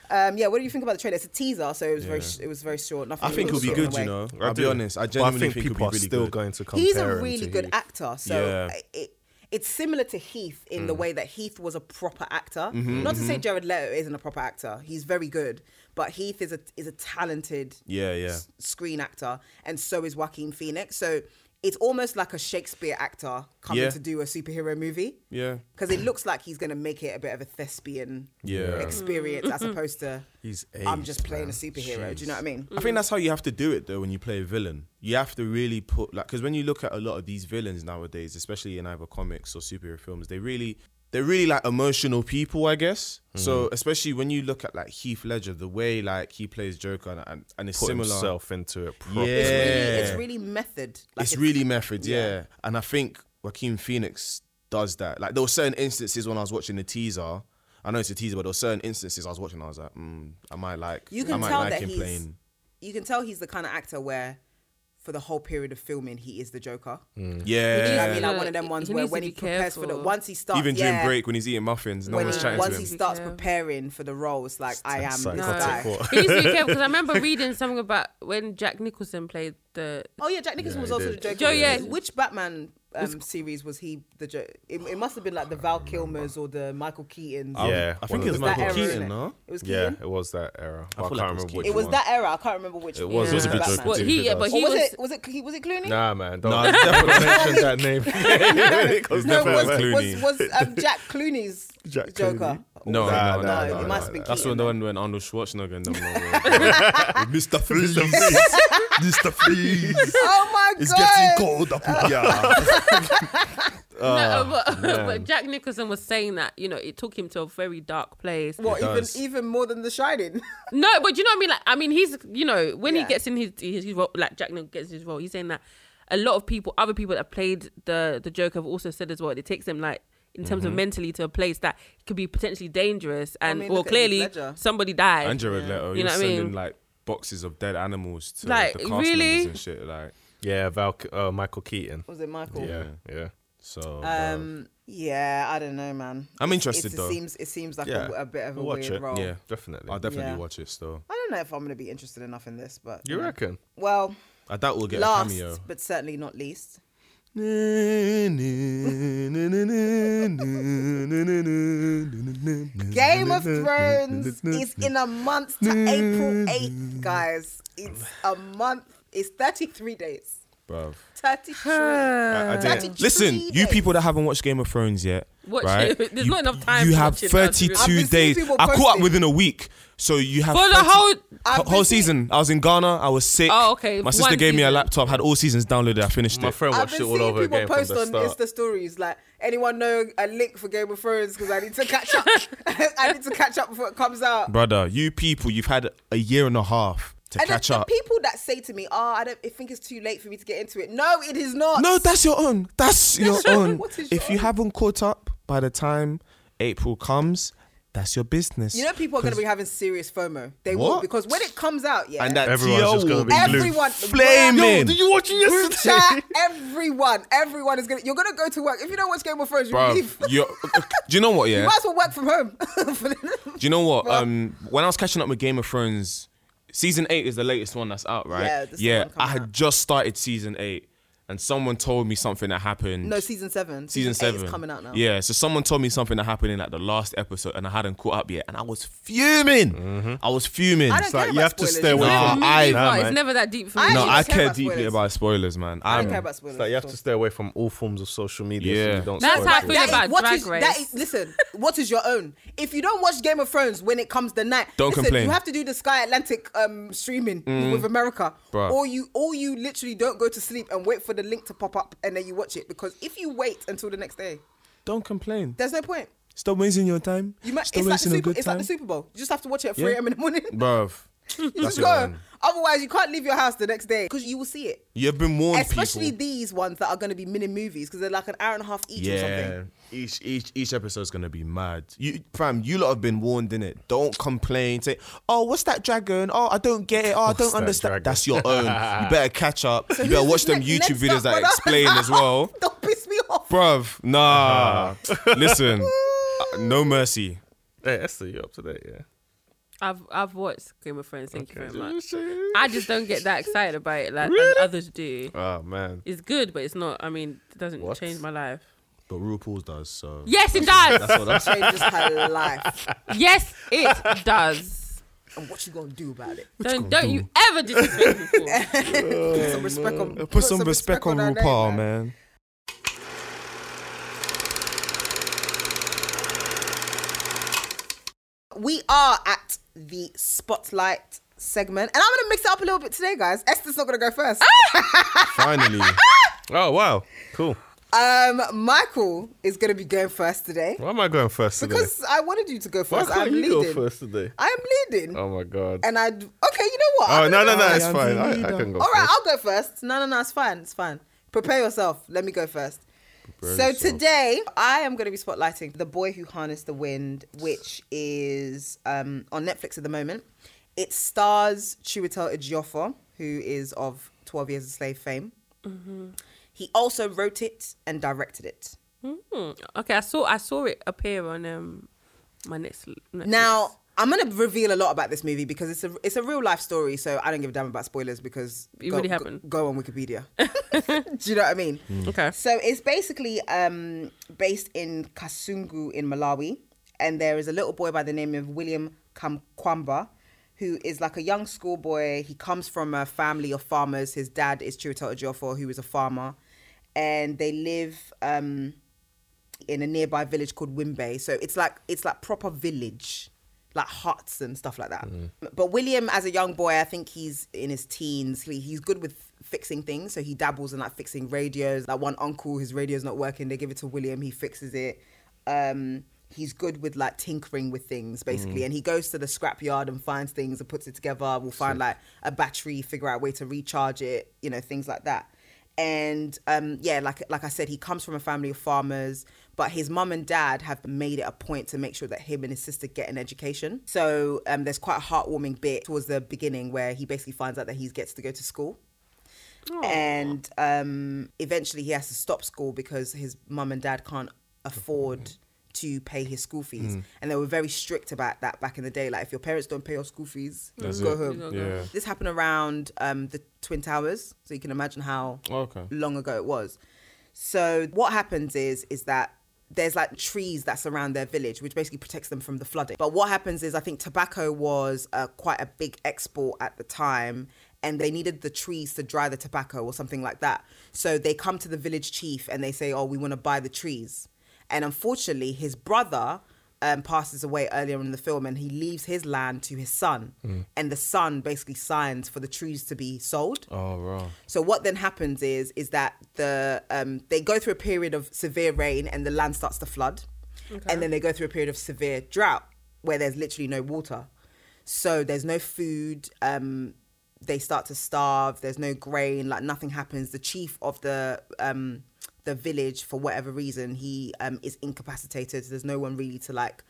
Yeah,
Um, yeah, what do you think about the trailer? It's a teaser, so it was very, sh- it was very short. Nothing.
I think
really
he'll be
short in
good.
a
You
way.
know, I'll be
do.
honest. I
But I
genuinely
think
think,
people
he'll
are
be really
still
good.
going to compare.
He's a
him
really
to
good
Heath.
actor, so
Yeah. Mm.
it, it's similar to Heath in the way that Heath was a proper actor.
Mm-hmm,
Not to say Jared Leto isn't a proper actor; he's very good, but Heath is a is a talented
Yeah, yeah.
s- screen actor, and so is Joaquin Phoenix. So it's almost like a Shakespeare actor coming
Yeah.
to do a superhero movie.
Yeah.
because it looks like he's going to make it a bit of a thespian
Yeah.
experience as opposed to
He's
I'm
aged,
just playing
man.
a superhero. Do you know what I mean?
I think that's how you have to do it though when you play a villain. You have to really put like because when you look at a lot of these villains nowadays, especially in either comics or superhero films, they really
they're really like emotional people, I guess. So
Mm-hmm.
especially when you look at like Heath Ledger, the way like he plays Joker and and, and it's
Put
similar.
himself into it properly.
Yeah.
It's really, it's
Yeah.
really method.
it's, really method, yeah. And I think Joaquin Phoenix does that. Like there were certain instances when I was watching the teaser. I know it's a teaser, but there were certain instances I was watching. I was like, mm, I might like.
You can
I might
tell
like
that
him
he's.
playing.
You can tell he's the kind of actor where, for the whole period of filming, he is the Joker.
Mm. Yeah.
He's
Yeah.
gonna be like one of them ones
He
where
needs to
when
be
he prepares for the
careful.
once he starts
Even
yeah,
during break when he's eating muffins, no
when
one's
he-
chatting
once
to
he
him.
starts
Yeah.
preparing for the roles, like I am.
psychotic.
this
No.
guy.
What?
He used to be careful because I remember reading something about when Jack Nicholson played the.
Oh yeah, Jack Nicholson was
he
also
did.
the Joker.
Joe, yeah.
Which Batman um, series was he the Joker? It, it must have been like the Val Kilmers or the Michael Keatons.
Yeah,
I
one
think it
of
was
the-
Michael
era,
Keaton,
innit?
no?
It was
Yeah,
Keaton.
it was that era. I,
feel
can't
like it was
remember
Keaton.
which
It was
one.
that era. I can't remember which.
It was.
Yeah.
It was a bit
Batman.
Joker.
Well,
too,
he-
good
yeah,
ass.
but
Or
he
was,
was-
it? Was it? Ke- Was it Clooney?
Nah, man, don't
Nah, it's
definitely mention that name.
It was
No, was,
definitely
was,
Clooney.
was, um, Jack Clooney's
Jack
Joker?
No,
Nah,
no, no,
nah,
no,
nah,
it
no,
must
nah,
be.
nah.
That's
Keaton.
when the one when Arnold Schwarzenegger and them. were-
Mr. Freeze. Mr. Freeze.
Oh my god!
cold up here.
Ah,
no, but, but Jack Nicholson was saying that you know it took him to a very dark place.
What even
does.
even more than The Shining?
No, but you know what I mean. Like, I mean, he's you know when
Yeah.
he gets in his, his his role, like Jack Nicholson gets his role, he's saying that a lot of people, other people that played the the Joker, have also said as well. It takes them like in terms of mentally to a place that could be potentially dangerous, and
Mm-hmm. mean,
well,
look at Heath
clearly
Ledger.
somebody died.
And Jared Leto,
You
you
know
are
what I mean?
sending like boxes of dead animals to
Like,
the cast
really?
members and shit. Like,
yeah, Val, uh, Michael Keaton.
Was it Michael?
Yeah, yeah. So uh,
Um. Yeah, I don't know, man.
I'm
It's,
interested
it
though.
seems it seems like
Yeah.
a, a bit of a
We'll watch
weird
it.
role.
yeah, definitely.
I'll definitely
Yeah.
watch it still.
I don't know if I'm gonna be interested enough in this, but
you reckon?
well,
I doubt we'll get
last
a cameo.
but certainly not least, Game of Thrones is in a month to April 8th, guys. It's a month. It's 33 days.
Bruv.
33.
I- I didn't-
That's a tree
Listen, you
day.
people that haven't watched Game of Thrones yet,
Watch
right?
it. There's
you,
not enough time
You
to
have
watch it, that's
32
the
truth. I've been seeing
days.
people
I caught up
posting.
within a week, so you have
For the
30
whole-
whole,
I've been seeing-
season. I was in Ghana. I was sick.
Oh, okay,
My sister
one
gave me a
season.
laptop. Had all seasons downloaded. I finished
My
it.
friend
I've
watched
been
it all
seeing
over
people
again from
post
the
on
start.
Insta stories like, anyone know a link for Game of Thrones? Because I need to catch up. I need to catch up before it comes out.
Brother, you people, you've had a year and a half to
and the-
catch
the,
up.
people that say to me, "Oh, I don't I think it's too late for me to get into it." No, it is not.
No, that's your own. That's your
That's your own.
own.
What is your
If you
own?
haven't caught up by the time April comes, that's your business.
You know, people are going to be having serious FOMO. They will
What?
because when it comes out, yeah,
And that
Everyone's
TL
just gonna
will
be glued.
everyone
Flaming. Yo, did
you watch it
Group chat, everyone, everyone is gonna. You're gonna go to work if you don't watch Game of Thrones. You leave.
Bruv, you're- uh, do you know what?
You
Yeah,
might as well work from home. For the-
Do you know what? Um, when I was catching up with Game of Thrones, season eight is the latest one that's out, right?
Yeah, this is the one
I
coming
had
out.
just started season eight, and someone told me something that happened.
no, season seven.
season
eight
seven
is coming out now.
Yeah, so someone told me something that happened in like the last episode, and I hadn't caught up yet, and I was fuming. I was fuming.
I don't
Mm-hmm. It's
care
like-
about
you have to
spoilers.
stay away
Nah,
from
Movie,
I-
but
nah,
it's
man.
never that deep for me.
I
no,
actually
I
don't care
care
about
deeply
spoilers.
about spoilers, man.
I
I,
don't care about spoilers.
It's like you have to stay away from all forms of social media. so
Yeah.
you don't
That's
spoil
how I
things.
feel
That
about
is- what
Drag
is- that
Race.
is- listen, what is your own? If you don't watch Game of Thrones when it comes the night,
Don't
listen,
complain. Mm.
You have to do the Sky Atlantic um, streaming with America,
Bruh.
or you or you literally don't go to sleep and wait for the link to pop up and then you watch it because if you wait until the next day,
Don't complain.
there's no point.
Stop wasting your time.
You might,
Stop
it's, like the
wasting a
Super,
good
it's
time.
like the Super Bowl. You just have to watch it at
Yeah.
3 a.m. in the morning.
Bruv,
you
that's
just
your
go.
own.
Otherwise, you can't leave your house the next day because you will see it.
You've been warned,
Especially
people.
these ones that are going to be mini movies because they're like an hour and a half each or something.
Each each each episode's gonna be mad. You fam, you lot have been warned in it. Don't complain. Say, oh, what's that dragon? Oh, I don't get it. Oh, I don't
that
understand.
dragon?
That's your own. you better catch up. you better
Who's
watch
this
them
ne-
next
YouTube
up,
videos that
brother?
explain as well.
Don't piss me off.
bruv, nah. Listen, uh, no mercy.
Hey, Esther, you up to date? Yeah.
I've I've watched Game of Thrones. Thank you very much. I just don't get that excited about it like and others do.
Oh man.
It's good, but it's not. I mean, it doesn't
What?
change my life.
But RuPaul does so.
Yes, it does.
That's what I'm saying.
Changes her life.
yes, it does.
And what you gonna do about it?
Don't don't you ever disrespect people.
Put some respect on.
Put, some, respect, on
our name,
RuPaul, man.
We are at the spotlight segment, and I'm gonna mix it up a little
Ah!
bit today, guys. Esther's not gonna go first.
Finally,
Oh wow. Cool.
Um, Michael is going to be going first today
Why am I going first today?
because I wanted you to go
Why
first.
can't
I'm
you
leading.
go first today?
I am leading,
Oh my god.
and I okay. You know what?
Oh
I'm
no
gonna
no no!
go-
It's
I'm
fine.
the
I, I
leader.
can go
All right,
first.
I'll go first. No, no, no, it's fine. It's fine. Prepare yourself. Let me go first. so
yourself.
today I am going to be spotlighting The Boy Who Harnessed the Wind, which is um, on Netflix at the moment. It stars Chiwetel Ejiofor, who is of 12 Years a Slave fame.
Mm-hmm.
He also wrote it and directed it.
Hmm. Okay, I saw I saw it appear on um my next. Netflix.
Now, I'm going to reveal a lot about this movie because it's a it's a real life story, so I don't give a damn about spoilers because
It
go-
really
go-
happened.
Go, on Wikipedia. Do you know what I mean?
okay,
So it's basically um, based in Kasungu in Malawi, and there is a little boy by the name of William Kamkwamba, who is like a young schoolboy. He comes from a family of farmers. His dad is Chiwetel Ejiofor, who is a farmer, and they live um, in a nearby village called Wimbe. So it's like it's like proper village, like huts and stuff like that. But William, as a young boy, I think he's in his teens. He, he's good with fixing things, so he dabbles in like fixing radios. Like one uncle, his radio's not working. They give it to William. He fixes it. Um, he's good with like tinkering with things basically and he goes to the scrapyard and finds things and puts it together we'll find like a battery figure out a way to recharge it you know things like that and um, yeah, like like I said, he comes from a family of farmers, but his mum and dad have made it a point to make sure that him and his sister get an education. So um, there's quite a heartwarming bit towards the beginning where he basically finds out that he gets to go to school, and um, eventually he has to stop school because his mum and dad can't afford to pay his school fees, and they were very strict about that back in the day. Like if your parents don't pay your school fees, go home.
Yeah.
This happened around um, the Twin Towers, so you can imagine how
Okay.
long ago it was. So what happens is is that there's like trees that surround their village, which basically protects them from the flooding. But what happens is I think tobacco was uh, quite a big export at the time, and they needed the trees to dry the tobacco or something like that. So they come to the village chief and they say, "Oh, we want to buy the trees." And unfortunately, his brother um, passes away earlier in the film, and he leaves his land to his son, and the son basically signs for the trees to be sold.
Oh wow.
So what then happens is is that the um, they go through a period of severe rain and the land starts to flood, and then they go through a period of severe drought where there's literally no water. So there's no food. Um, they start to starve. There's no grain. Like nothing happens. The chief of the um, the village, for whatever reason, he um, is incapacitated. There's no one really to like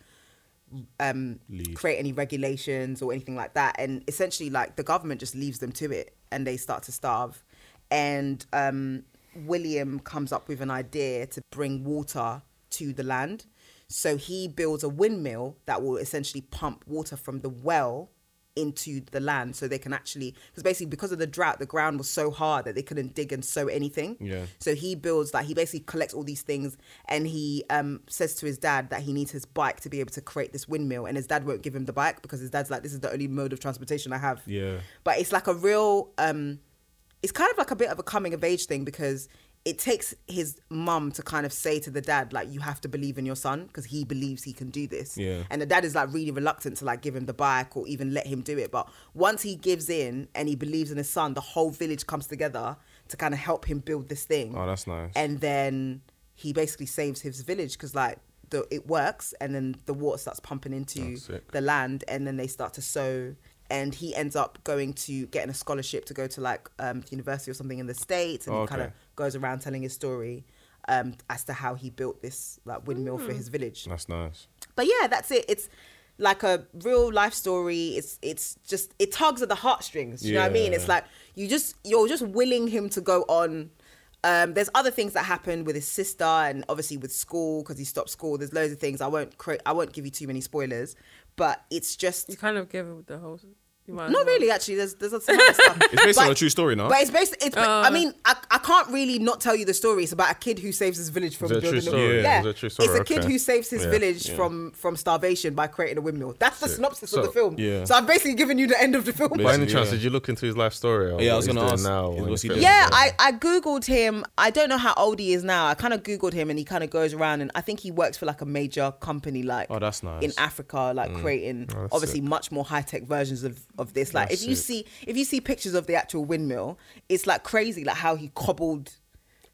create any regulations or anything like that. And essentially, like the government just leaves them to it, and they start to starve. And um, William comes up with an idea to bring water to the land. So he builds a windmill that will essentially pump water from the well into the land so they can actually because basically because of the drought the ground was so hard that they couldn't dig and sow anything
Yeah.
so he builds like he basically collects all these things and he um says to his dad that he needs his bike to be able to create this windmill and his dad won't give him the bike because his dad's like this is the only mode of transportation i have
Yeah.
but it's like a real um it's kind of like a bit of a coming of age thing because it takes his mum to kind of say to the dad like you have to believe in your son because he believes he can do this
Yeah.
and the dad is like really reluctant to like give him the bike or even let him do it but once he gives in and he believes in his son the whole village comes together to kind of help him build this thing
Oh, that's nice.
and then he basically saves his village because like the, it works and then the water starts pumping into the land and then they start to sow and he ends up going to getting a scholarship to go to like um, university or something in the states and he kind of
Okay.
goes around telling his story um, as to how he built this like windmill
Hmm.
for his village
That's nice.
but yeah that's it it's like a real life story it's it's just it tugs at the heartstrings you know what i mean it's like you just you're just willing him to go on um, there's other things that happen with his sister and obviously with school because he stopped school there's loads of things i won't cre- i won't give you too many spoilers but it's just
you kind of gave it the whole. You might as
not
well.
really actually there's there's some other stuff
It's based on
But-
a true story, no?
but it's based. It's, I mean, I, I can't really not tell you the story. It's about a kid who saves his village from
Is it a
building.
true story?
A,
Yeah. Is it a true story?
It's a kid
Okay.
who saves his village from from starvation by creating a windmill. That's the synopsis of the
So-
film.
yeah.
So I've basically given you the end of the film.
By any
Basically,
chance,
yeah.
did you look into his life story? Or
Yeah, I
what
was
he's
gonna
doing
ask,
Now,
is
or
what's he
anything?
doing?
Yeah, I, I googled him. I don't know how old he is now. I kind of googled him, and he kind of goes around, and I think he works for like a major company, like
Oh, that's nice.
in Africa, like
Mm.
creating
Oh,
obviously much more high tech versions of of this. Like if you see if you see pictures of the actual windmill, it's like crazy, like how he cobbled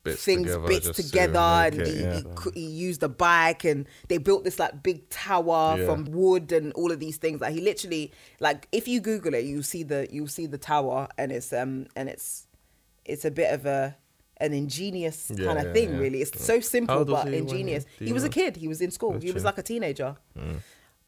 bits
things
together
bits
just to
together,
make
and
it,
he,
yeah.
he, cou- he used a bike, and they built this like big tower
Yeah.
from wood and all of these things. Like he literally, like if you Google it, you'll see the you'll see the tower, and it's um and it's it's a bit of a an ingenious
Yeah,
kind of
yeah,
thing,
yeah.
really. It's so simple
old was
but
he when-
ingenious.
do
He
you
was a
know? Mm.
kid. He was in school. He was
Gotcha.
like a teenager.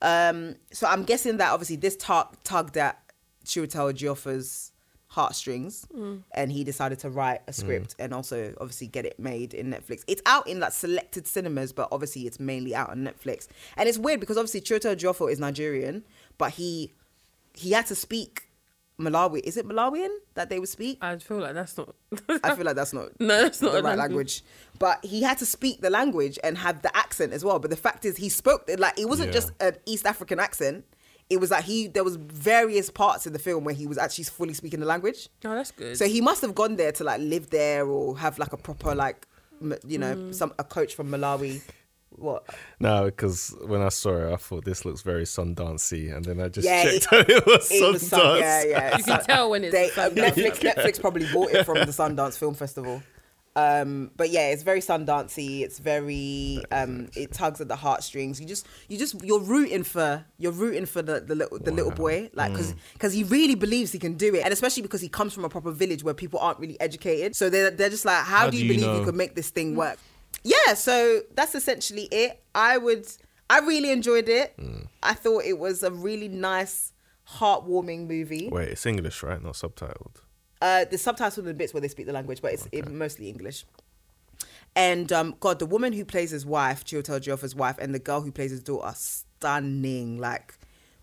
Um, so I'm guessing that obviously this tug tugged at Chiwetel Ejiofor's heartstrings, and he decided to write a script
Mm.
and also obviously get it made in Netflix. It's out in like selected cinemas, but obviously it's mainly out on Netflix. And it's weird because obviously Chiwetel Ejiofor is Nigerian, but he he had to speak Malawi. Is it Malawian that they would speak?
I feel like that's not.
I feel like that's not
No, that's not
the
a
right language.
language.
But he had to speak the language and have the accent as well. But the fact is, he spoke the- like it wasn't
Yeah.
just an East African accent. It was like he there was various parts in the film where he was actually fully speaking the language.
No, that's good.
So he must have gone there to like live there or have like a proper like m- you know
Mm.
some a coach from Malawi. What?
No, because when I saw it, I thought this looks very Sundancey, and then I just
Yeah,
checked
it-
and it was
It was
Sundance.
some, yeah, yeah.
You can
So-
tell when it's
they,
Sundance.
Netflix, Netflix probably bought it from the Sundance Film Festival. Um, but yeah, it's very Sundancey. It's very um, it tugs at the heartstrings. You just you just you're rooting for you're rooting for the the little the little boy like because he really believes he can do it, and especially because he comes from a proper village where people aren't really educated. So they're they're just like, how, do you, believe you
know?
could make this thing work? Yeah, so that's essentially it. I would I really enjoyed it. I thought it was a really nice, heartwarming movie.
Wait, it's English, right? Not subtitled.
Uh, the subtitles are the bits where they speak the language, but it's it, mostly English. And um, God, the woman who plays his wife, Chiwetel Ejiofor's wife, and the girl who plays his daughter, are stunning, like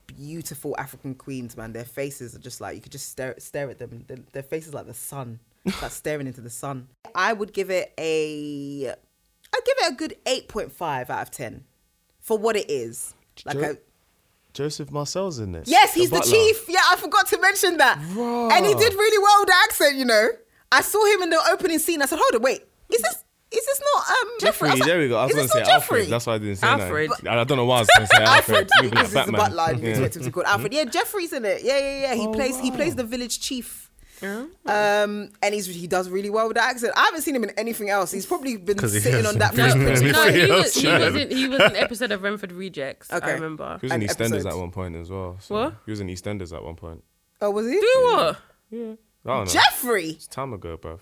beautiful African queens, man. Their faces are just like you could just stare stare at them. Their, their faces are like the sun, It's like staring into the sun. I would give it a, I'd give it a good eight point five out of ten, for what it is. Like a,
Joseph Marcel's in this.
Yes, he's the,
butler.
chief. Yeah, I forgot to mention that. And he did really well with the accent, you know. I saw him in the opening scene. I said, "Hold on, wait, is this is this not um
Jeffrey,
Jeffrey?" I was like,
there we go. I was
"Is
going
this
to say
not
Alfred. That's why I didn't say
Alfred.
that. I don't know why I was going to say Alfred.
Alfred,
You'd be
because
like
he's the
Batman.
butler. and
Yeah.
You
Oh,
expect him to be called Alfred. Yeah, Jeffrey's in it. Yeah, yeah, yeah. He plays he plays the village chief. Um, and he's he does really well with the accent. I haven't seen him in anything else. He's probably been
'Cause he
sitting on
hasn't
that
been
no,
in
pretty
no,
Everybody
he
else
was, he
tried.
was in he was in an episode of Renford Rejects.
Okay.
I remember.
He was in
And
EastEnders
episodes.
at one point as well. so-
What?
He was in EastEnders at one point.
Oh, was he?
Do
I
what?
don't know.
Jeffrey,
It's time ago, bruv.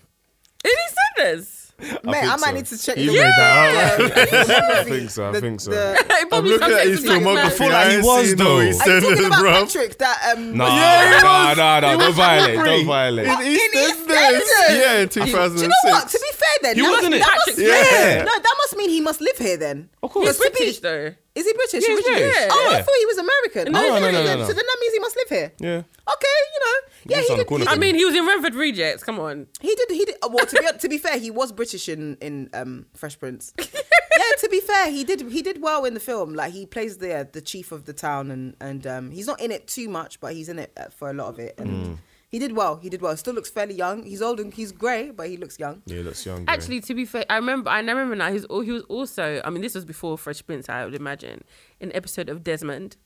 In EastEnders.
man, I,
think
might
so.
need to check.
You
the-
made that up.
I
think so, I think so.
It probably sounds like some black man.
filmography. feel like he
I
was,
see, no,
though.
he
Are
Are you
said
talking
it,
about
bruv.
Patrick? That um,
Nah,
Yeah, he
nah,
was-
nah, nah.
he
Don't
was
violate. Don't
Jeffrey.
violate.
In
East
EastEnders.
Enders.
Yeah, in
Do you know what? To
2006.
be fair, then
He
that
was
must-
in it.
that must-
Patrick, yeah.
No, that must mean he must live here then. Of
He was British though.
Is he British?
Yeah, he's
Originally?
British.
Oh, I
Yeah.
thought he was American.
No,
oh,
no,
okay,
no, no,
then-
no.
So then that means he must live here.
Yeah.
Okay, you know. Yeah,
He's
he
on
did,
the corner.
he
I
did-
mean, he was in Renford Rejects. Come on.
he did. He did. oh, Well, to be to be fair, he was British in in um, Fresh Prince. yeah, to be fair, he did he did well in the film. Like he plays the uh, the chief of the town, and and um, he's not in it too much, but he's in it uh, for a lot of it. And he did well. He did well. Still looks fairly young. He's old and he's grey, but he looks young.
Yeah, that's young.
Actually, to be fair, I remember. I remember now. He's al- he was also. I mean, this was before Fresh Prince. I would imagine an episode of Desmond,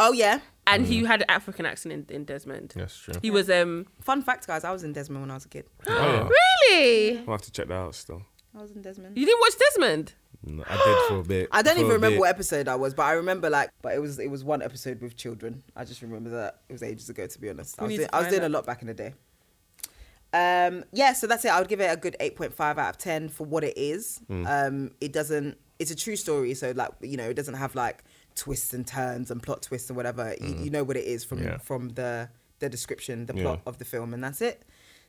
Oh yeah.
and he had an African accent in, in Desmond.
That's Mm. true.
He was um
Fun fact, guys, I was in Desmond when I was a kid.
Oh.
really.
I'll have to check that out still.
I was in Desmond.
You didn't watch Desmond?
No, I did for a bit.
I don't
For
even
a
remember
bit.
what episode I was, but I remember like, but it was it was one episode with children. I just remember that it was ages ago, to be honest. I
We
was,
need
doing,
to
I was
find
doing a
out.
lot back in the day. Um, yeah, so that's it. I would give it a good eight point five out of ten for what it is.
Mm.
Um, it doesn't. It's a true story, so like you know, it doesn't have like twists and turns and plot twists or whatever. You, you know what it is from
Yeah.
from the the description, the
Mm. Yeah.
plot of the film, and that's it.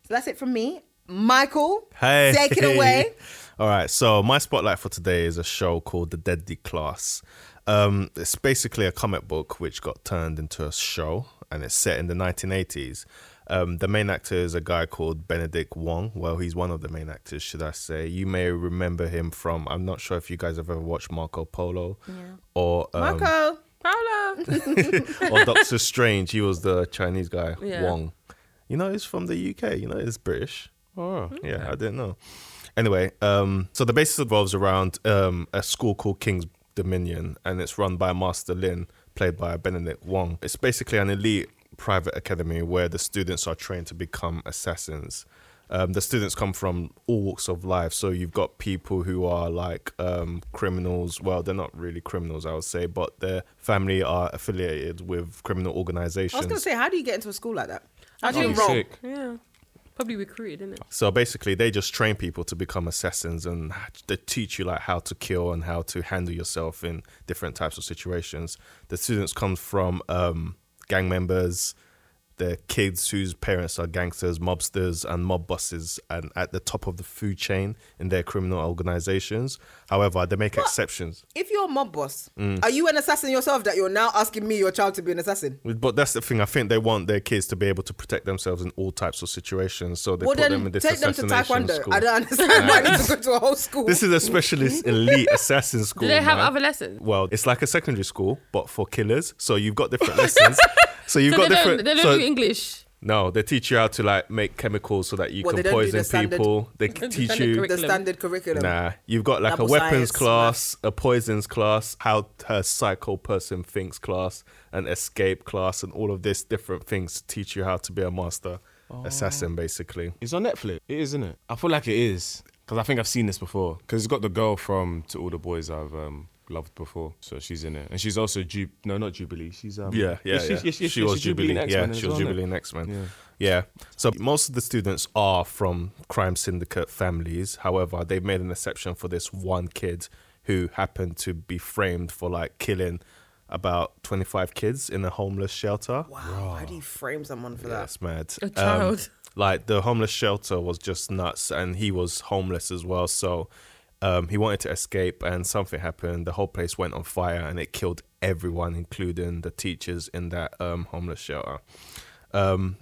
So that's it from me, Michael.
Hey.
take it away.
All right. So my spotlight for today is a show called The Deadly Class. Um, it's basically a comic book which got turned into a show, and it's set in the 1980s. Um, the main actor is a guy called Benedict Wong. Well, he's one of the main actors, should I say? You may remember him from. I'm not sure if you guys have ever watched Marco Polo or um,
Marco.
Paolo.
or Doctor Strange. He was the Chinese guy
Yeah.
Wong. You know, he's from the UK. You know, he's British.
Oh,
Yeah, I didn't know. Anyway, um, so the basis revolves around um, a school called King's Dominion, and it's run by Master Lin, played by Benedict Wong. It's basically an elite private academy where the students are trained to become assassins. Um, the students come from all walks of life. So you've got people who are like um, criminals. Well, they're not really criminals, I would say, but their family are affiliated with criminal
I was
organizations.
gonna say, how do you get into a school like that? How do
That'd
you
be
enroll?
sick.
Yeah. Probably recruited, isn't it?
So basically, they just train people to become assassins, and they teach you like how to kill and how to handle yourself in different types of situations. The students come from um, gang members, the kids whose parents are gangsters, mobsters, and mob bosses, and at the top of the food chain in their criminal organizations. However, they make exceptions.
If you're a mob boss,
Mm.
are you an assassin yourself that you're now asking me, your child, to be an assassin?
But that's the thing. I think they want their kids to be able to protect themselves in all types of situations. So they
well,
put
then
them in this
take them to
assassination
Taekwondo.
school.
I don't understand why they took to a whole school.
This is a specialist elite assassin school.
Do they have
man.
other lessons?
Well, it's like a secondary school, but for killers. So you've got different lessons. So you've
so
got
they
different.
don't, they don't
so-
do English.
no, they teach you how to like make chemicals so that you
Well,
can
they don't do the
poison
standard-
people. They c- teach
standard
you.
curriculum.
the standard curriculum.
Nah, you've got like
Double
a weapons
science,
class, a poisons class, how her psycho person thinks class, an escape class, and all of this different things to teach you how to be a master
Oh.
assassin, basically.
It's on Netflix. It is, isn't it? I feel like it is because I think I've seen this before. Because it's got the girl from To All the Boys I've um, loved before, so she's in it, and she's also Ju- no, not Jubilee. She's um,
Yeah, yeah,
she's-
yeah.
she's- she's-
she
she's
was Jubilee.
in
yeah,
X-Men as
she was
well, innit?
Jubilee in X Men. Yeah. So most of the students are from crime syndicate families. However, they've made an exception for this one kid who happened to be framed for like killing about 25 kids in a homeless shelter.
Wow, how do you frame someone for that?
That's mad.
A child.
Um, like the homeless shelter was just nuts, and he was homeless as well. So um, he wanted to escape, and something happened. The whole place went on fire, and it killed everyone, including the teachers in that um, homeless shelter. Um,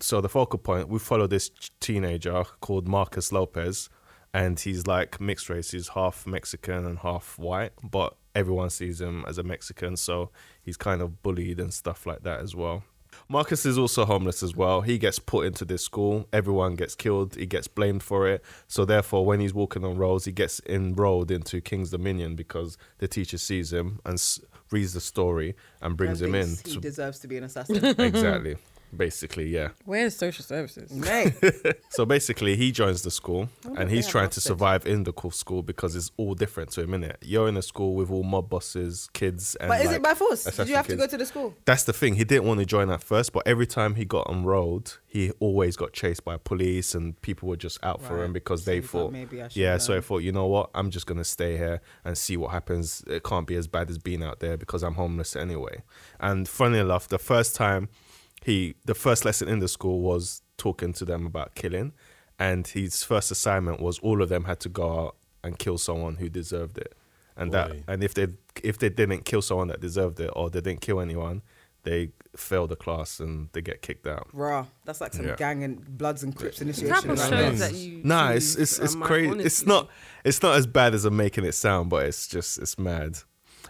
so the focal point, we follow this ch- teenager called Marcus Lopez, and he's like mixed race. He's half Mexican and half white, but everyone sees him as a Mexican, so he's kind of bullied and stuff like that as well. Marcus is also homeless as well. He gets put into this school. Everyone gets killed. He gets blamed for it. So therefore, when he's walking on roads, he gets enrolled into King's Dominion because the teacher sees him and s- reads the story and brings him in.
Thinks He deserves to be an assassin.
So- exactly. Basically, yeah.
Where's social services?
Mate,
So basically, he joins the school and he's trying to survive in the co- school because it's all different to him, innit? You're in a school with all mob bosses, kids, and.
but is
like,
it by force? Did
assassin
you have to
kids.
go to the school?
That's the thing. He didn't want to join at first, but every time he got enrolled, he always got chased by police and people were just out for him because they
he thought,
thought,
"Maybe I should
yeah. So I
learn."
thought, you know what? I'm just gonna stay here and see what happens. It can't be as bad as being out there because I'm homeless anyway. And funny enough, the first time he, the first lesson in the school was talking to them about killing, and his first assignment was all of them had to go out and kill someone who deserved it and that and if they if they didn't kill someone that deserved it or they didn't kill anyone they fail the class and they get kicked out
Bruh, that's like some
Yeah.
gang and bloods and crips
The type
initiation.
of
right
shows
there.
that you
Mm. nah it's
choose
it's, it's
are my-
crazy it's
honestly.
not it's not as bad as i'm making it sound but it's just it's mad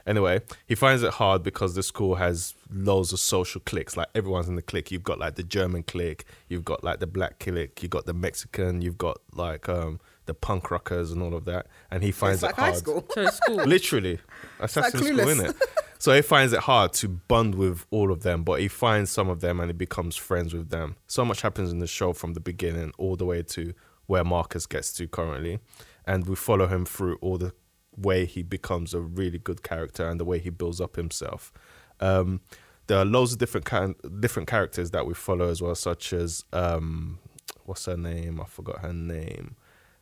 anyway he finds it hard because the school has loads of social cliques like everyone's in the clique you've got like the german clique you've got like the black clique you've got the mexican you've got like um the punk rockers and all of that and he finds
It's like
it hard
high school.
So it's school.
Literally, assassin school,
Clueless.
innit? So he finds it hard to bond with all of them, but he finds some of them and he becomes friends with them. So much happens in the show from the beginning all the way to where Marcus gets to currently, and we follow him through all the way he becomes a really good character and the way he builds up himself. Um, there are loads of different kind, different characters that we follow as well, such as um, what's her name? I forgot her name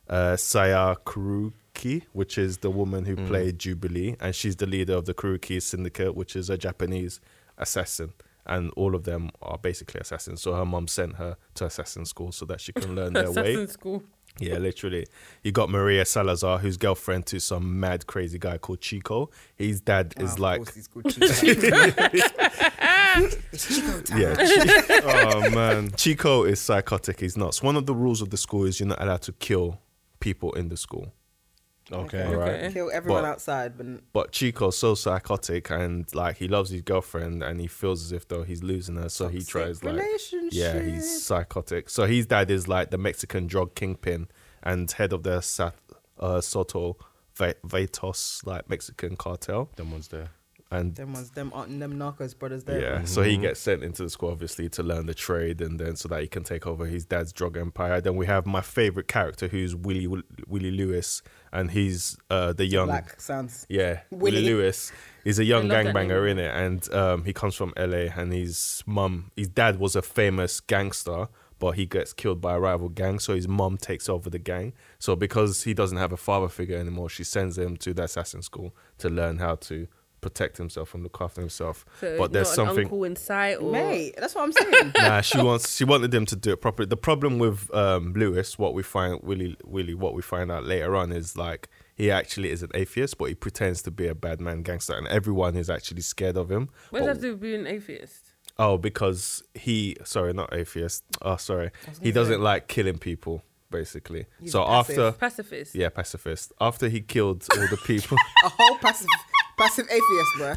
uh, Saya Kuruki, which is the woman
Mm.
who played Jubilee, and she's the leader of the Kuruki Syndicate, which is a Japanese assassin. And all of them are basically assassins. So her mom sent her to assassin school so that she can learn their way.
Assassin school.
Yeah, literally. You got Maria Salazar, who's girlfriend to some mad crazy guy called Chico. His dad
Wow,
is
Ah, of
like,
course he's called Chico. it's Chico time.
yeah. Chi- oh man, Chico is psychotic. He's nuts. One of the rules of the school is you're not allowed to kill people in the school.
Okay.
All right.
Kill everyone
But-
outside, but
But Chico's so psychotic and like he loves his girlfriend and he feels as if though he's losing her, so he tries like yeah, he's psychotic. So his dad is like the Mexican drug kingpin and head of the Sat, uh, Soto Ve- Vetos like Mexican cartel.
Them ones there.
and
Them ones, them aren't them narcos brothers there.
yeah, so
Mm-hmm.
he gets sent into the squad obviously to learn the trade, and then so that he can take over his dad's drug empire. Then we have my favorite character, who's Willie Willie Lewis, and he's uh, the young
Black sounds.
yeah Willie
Willie.
Lewis. He's a young
love that
gangbanger in it, and um, he comes from LA. And his mum, his dad was a famous gangster, but he gets killed by a rival gang, so his mum takes over the gang. So because he doesn't have a father figure anymore, she sends him to the assassin school to learn how to protect himself and look after himself.
So
but there's
not an
something
uncle in sight or
Mate, that's what I'm saying.
nah, she wants she wanted them to do it properly. The problem with um, Lewis, what we find Willie Willie, what we find out later on is like he actually is an atheist, but he pretends to be a bad man gangster, and everyone is actually scared of him.
What does
But-
that do with being an atheist?
oh, because he sorry, not atheist. Oh, sorry, he doesn't like killing people. Basically, so
passive.
after
Pacifist.
yeah, pacifist. After he killed all the people,
A whole passive passive atheist, bro.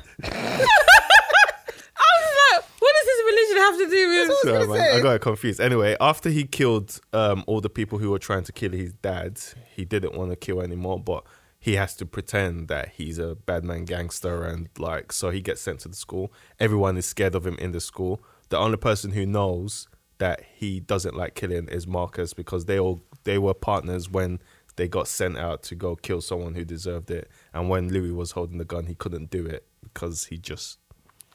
I was like, what does his religion have to do with?
That's what I was
Sorry,
gonna
man, I
say.
got confused. Anyway, after he killed um, all the people who were trying to kill his dad, he didn't want to kill anymore, but he has to pretend that he's a bad man gangster and like so he gets sent to the school. Everyone is scared of him in the school. The only person who knows that he doesn't like killing is Marcus because they all they were partners when they got sent out to go kill someone who deserved it. And when Louis was holding the gun, he couldn't do it because he just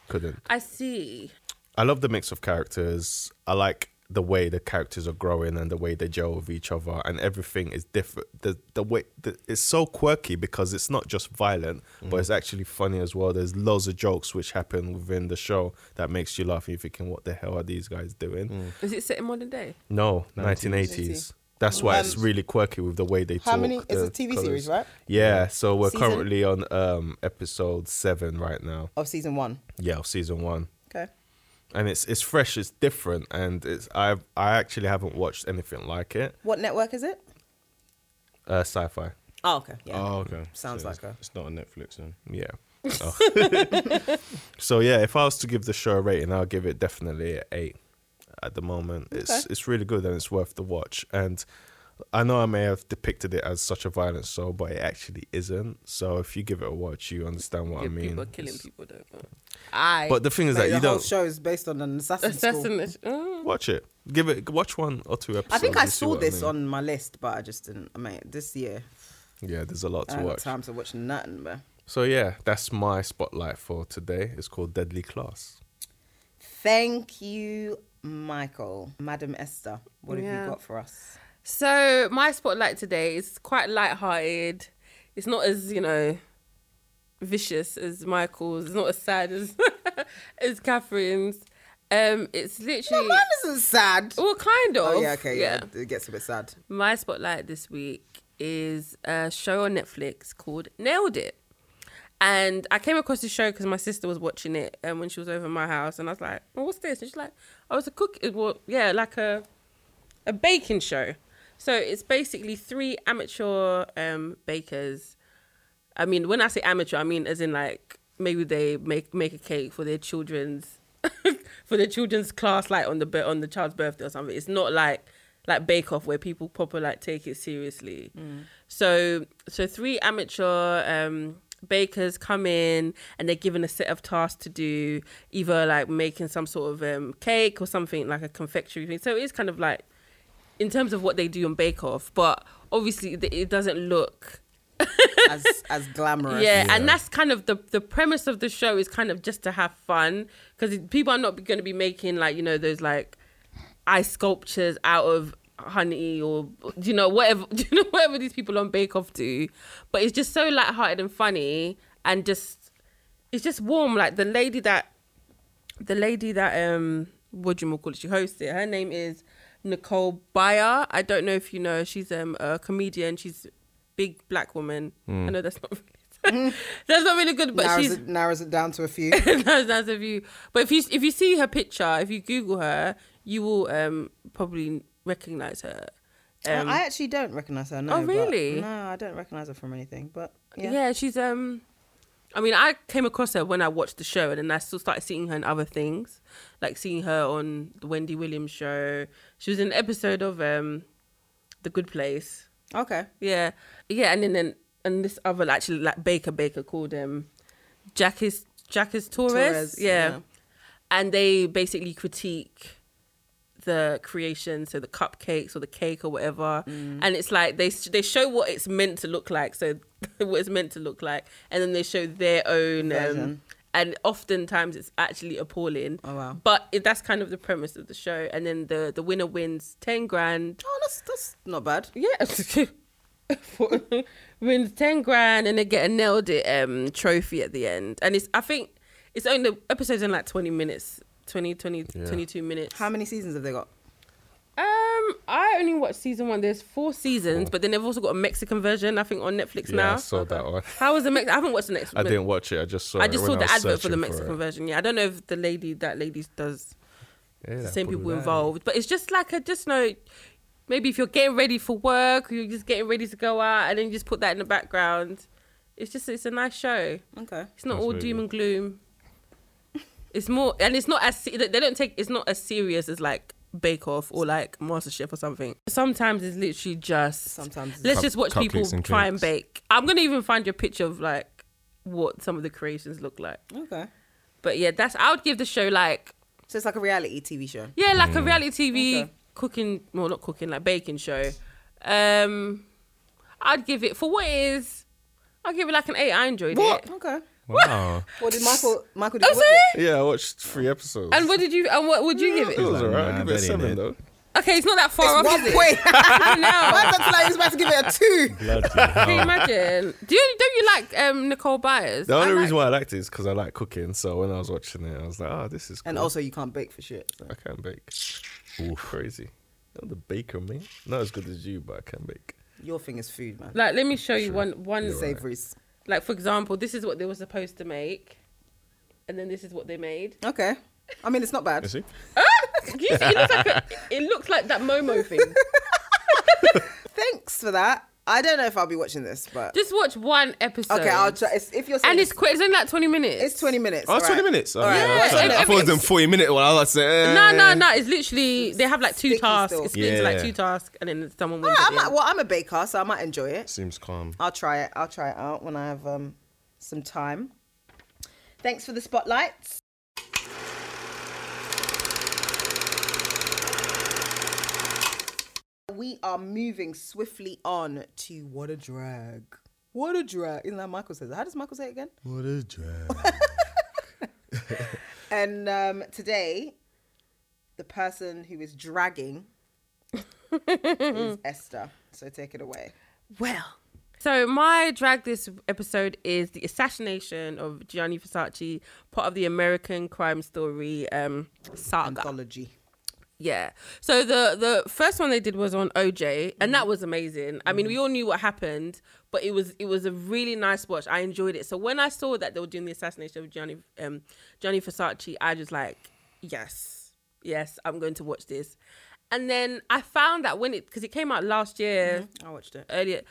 couldn't.
I see.
I love the mix of characters. I like the way the characters are growing and the way they gel with each other, and everything is different. The the way the, it's so quirky because it's not just violent, but it's actually funny as well. There's loads of jokes which happen within the show that makes you laugh. And you're thinking, what the hell are these guys doing?
Is it set in modern day?
No, 1980s. That's why it's really quirky with the way they
Um, how
talk.
many- it's
the
a TV series, right?
Yeah, so we're
Season-
currently on um, episode seven right now.
Of season one.
Yeah, of season one
Okay.
and it's it's fresh, it's different, and it's I I actually haven't watched anything like it.
What network is it?
Uh, sci-fi,
Oh, okay. Yeah.
Oh, okay.
Sounds
So
like
it's-
a-
It's not on Netflix then.
yeah. Oh. so yeah, if I was to give the show a rating, I'll give it definitely an eight. At the moment, it's it's really good and it's worth the watch. And I know I may have depicted it as such a violent show, but it actually isn't. So if you give it a watch, you understand what
Yeah,
I mean.
people are killing
It's-
people, don't they?
I.
But the thing is
Mate,
that
the
you
whole
don't
show is based on an assassin. school.
Assassination. Mm.
watch it. Give it watch one or two episodes.
I think I
and see
saw
what
this
mean.
on my list, but I just didn't. I mean, this year
Yeah, there's a lot
I
to
haven't got
watch.
time to watch nothing. But
So yeah, that's my spotlight for today. It's called Deadly Class.
thank you, Michael, Madam Esther. What have
Yeah.
you got for us?
So my spotlight today is quite light-hearted. It's not as you know vicious as Michael's. It's not as sad as as Catherine's. Um, it's literally
Mine isn't sad.
well, kind of.
Oh yeah, okay, yeah. It gets a bit sad.
My spotlight this week is a show on Netflix called Nailed It. And I came across this show because my sister was watching it and when she was over at my house and I was like, well, what's this? And she's like, oh, it's a cook, it- well, yeah, like a a baking show. So it's basically three amateur um, bakers. I mean, when I say amateur, I mean as in like maybe they make make a cake for their children's for their children's class, like on the bir- on the child's birthday or something. It's not like like Bake Off where people proper like take it seriously. So so three amateur um, bakers come in and they're given a set of tasks to do, either like making some sort of um, cake or something like a confectionery thing. So it is kind of like in terms of what they do on Bake Off, but obviously th- it doesn't look.
As as glamorous.
Yeah, and that's kind of the the premise of the show is kind of just to have fun because people are not going to be making like you know those like ice sculptures out of honey or you know whatever you know whatever these people on Bake Off do, but it's just so lighthearted and funny and just it's just warm. Like the lady that the lady that um what do you call it she hosts it her name is nicole bayer i don't know if you know her. she's um a comedian she's big black woman i know that's not really that's not really good but
narrows
she's
it, narrows it down to a few.
that's nice of you. But if you if you see her picture, if you Google her, you will um probably recognize her. Um,
I actually don't recognize her. No,
Oh,
but-
really?
no, I don't recognize her from anything. But
yeah.
yeah,
she's um I mean, I came across her when I watched the show, and then I still started seeing her in other things, like seeing her on the Wendy Williams show. She was in an episode of um, The Good Place.
okay.
Yeah, yeah, and then and, and this other actually like Baker Baker called him Jackie's Jack is Torres.
Torres,
yeah.
yeah.
And they basically critique the creation, so the cupcakes or the cake or whatever.
Mm.
And it's like they they show what it's meant to look like, so what it's meant to look like, and then they show their own. Um,
Version.
and oftentimes it's actually appalling.
Oh, wow.
But it, that's kind of the premise of the show. And then the the winner wins ten grand.
Oh, that's that's not bad.
Yeah. For- wins ten grand and they get a nailed it um trophy at the end. And it's I think it's only the episode's in like twenty minutes. 20, 20 22 minutes.
How many seasons have they got?
Um, I only watched season one. There's four seasons, but then they've also got a Mexican version. I think on Netflix
Oh. Yeah,
now.
I saw that one.
How was the Mexican? I haven't watched the next.
I didn't watch it. I just saw.
I
it
just
when
saw the
was
advert for the
searching
Mexican
it.
version. Yeah, I don't know if the lady that lady does
Yeah,
the
that
same
probably
people
right.
involved, but it's just like a just know. Maybe if you're getting ready for work, or you're just getting ready to go out, and then you just put that in the background. It's just it's a nice show.
Okay.
It's not
Nice
all
movie.
doom and gloom. It's more, and it's not as se- they don't take. It's not as serious as like Bake Off or like MasterChef or something. Sometimes it's literally just.
Sometimes it's-
let's just watch
Cupcakes
people
and
try and
cakes.
bake. I'm gonna even find you a picture of like what some of the creations look like.
Okay.
But yeah, that's I would give the show like
So it's like a reality TV show.
yeah like a reality TV
Okay.
cooking well not cooking like baking show. Um, I'd give it for what it is. I'll give it like an eight. I enjoyed it.
Okay.
Wow.
What did Michael? Michael did
I'm
watch
sorry?
it?
yeah, I watched three episodes.
And what did you? And what would you give
it
it?
was
Like,
alright.
nah,
I give it a
that ain't
seven
it.
though.
Okay, it's not that far off.
It's one
is it?
point.
I
I
know.
thought like he was about to give it a two.
Can you imagine? Do you don't you like um, Nicole Byers?
The
I
only
like-
reason why I liked it is because I like cooking. So when I was watching it, I was like, "Oh, this is." Cool.
And also, you can't bake for shit. so.
I can bake. crazy. Not the baker, me. Not as good as you, but I can bake.
Your thing is food, man.
like, let me show you one one
Savories.
like for example, this is what they were supposed to make, and then this is what they made.
Okay. I mean, it's not bad.
see?
You see, it looks like a, it looks like that Momo thing.
Thanks for that. I don't know if I'll be watching this, but
Just watch one episode.
okay, I'll try. It's, if you're saying
And it's quick. It's only like twenty minutes.
it's twenty minutes.
Oh,
all
it's 20
right.
minutes. Oh,
All
yeah.
right.
That's
Yeah,
not- I
every-
thought it was them 40 minute one. I was like, eh.
No, no, no. It's literally they have like two
Sticky
tasks.
still.
It's split into like
Yeah.
two tasks, and then someone
All
wins.
right,
at
I'm
the
like,
end.
well, I'm a baker, so I might enjoy it.
Seems calm.
I'll try it. I'll try it out when I have um, some time. Thanks for the spotlights. We are moving swiftly on to what a drag. What a drag. Isn't that Michael says? it? How does Michael say it again? What a drag. and um, today, the person who is dragging is Esther. So take it away.
Well, so my drag this episode is the assassination of Gianni Versace, part of the American crime story um, saga.
Anthology.
Yeah. So the the first one they did was on OJ, and that was amazing. I mean, we all knew what happened, but it was it was a really nice watch. I enjoyed it. So when I saw that they were doing the assassination of Gianni um, Gianni Versace, I just like, yes, yes, I'm going to watch this. And then I found that when it because it came out last year,
Mm-hmm. I watched it.
earlier,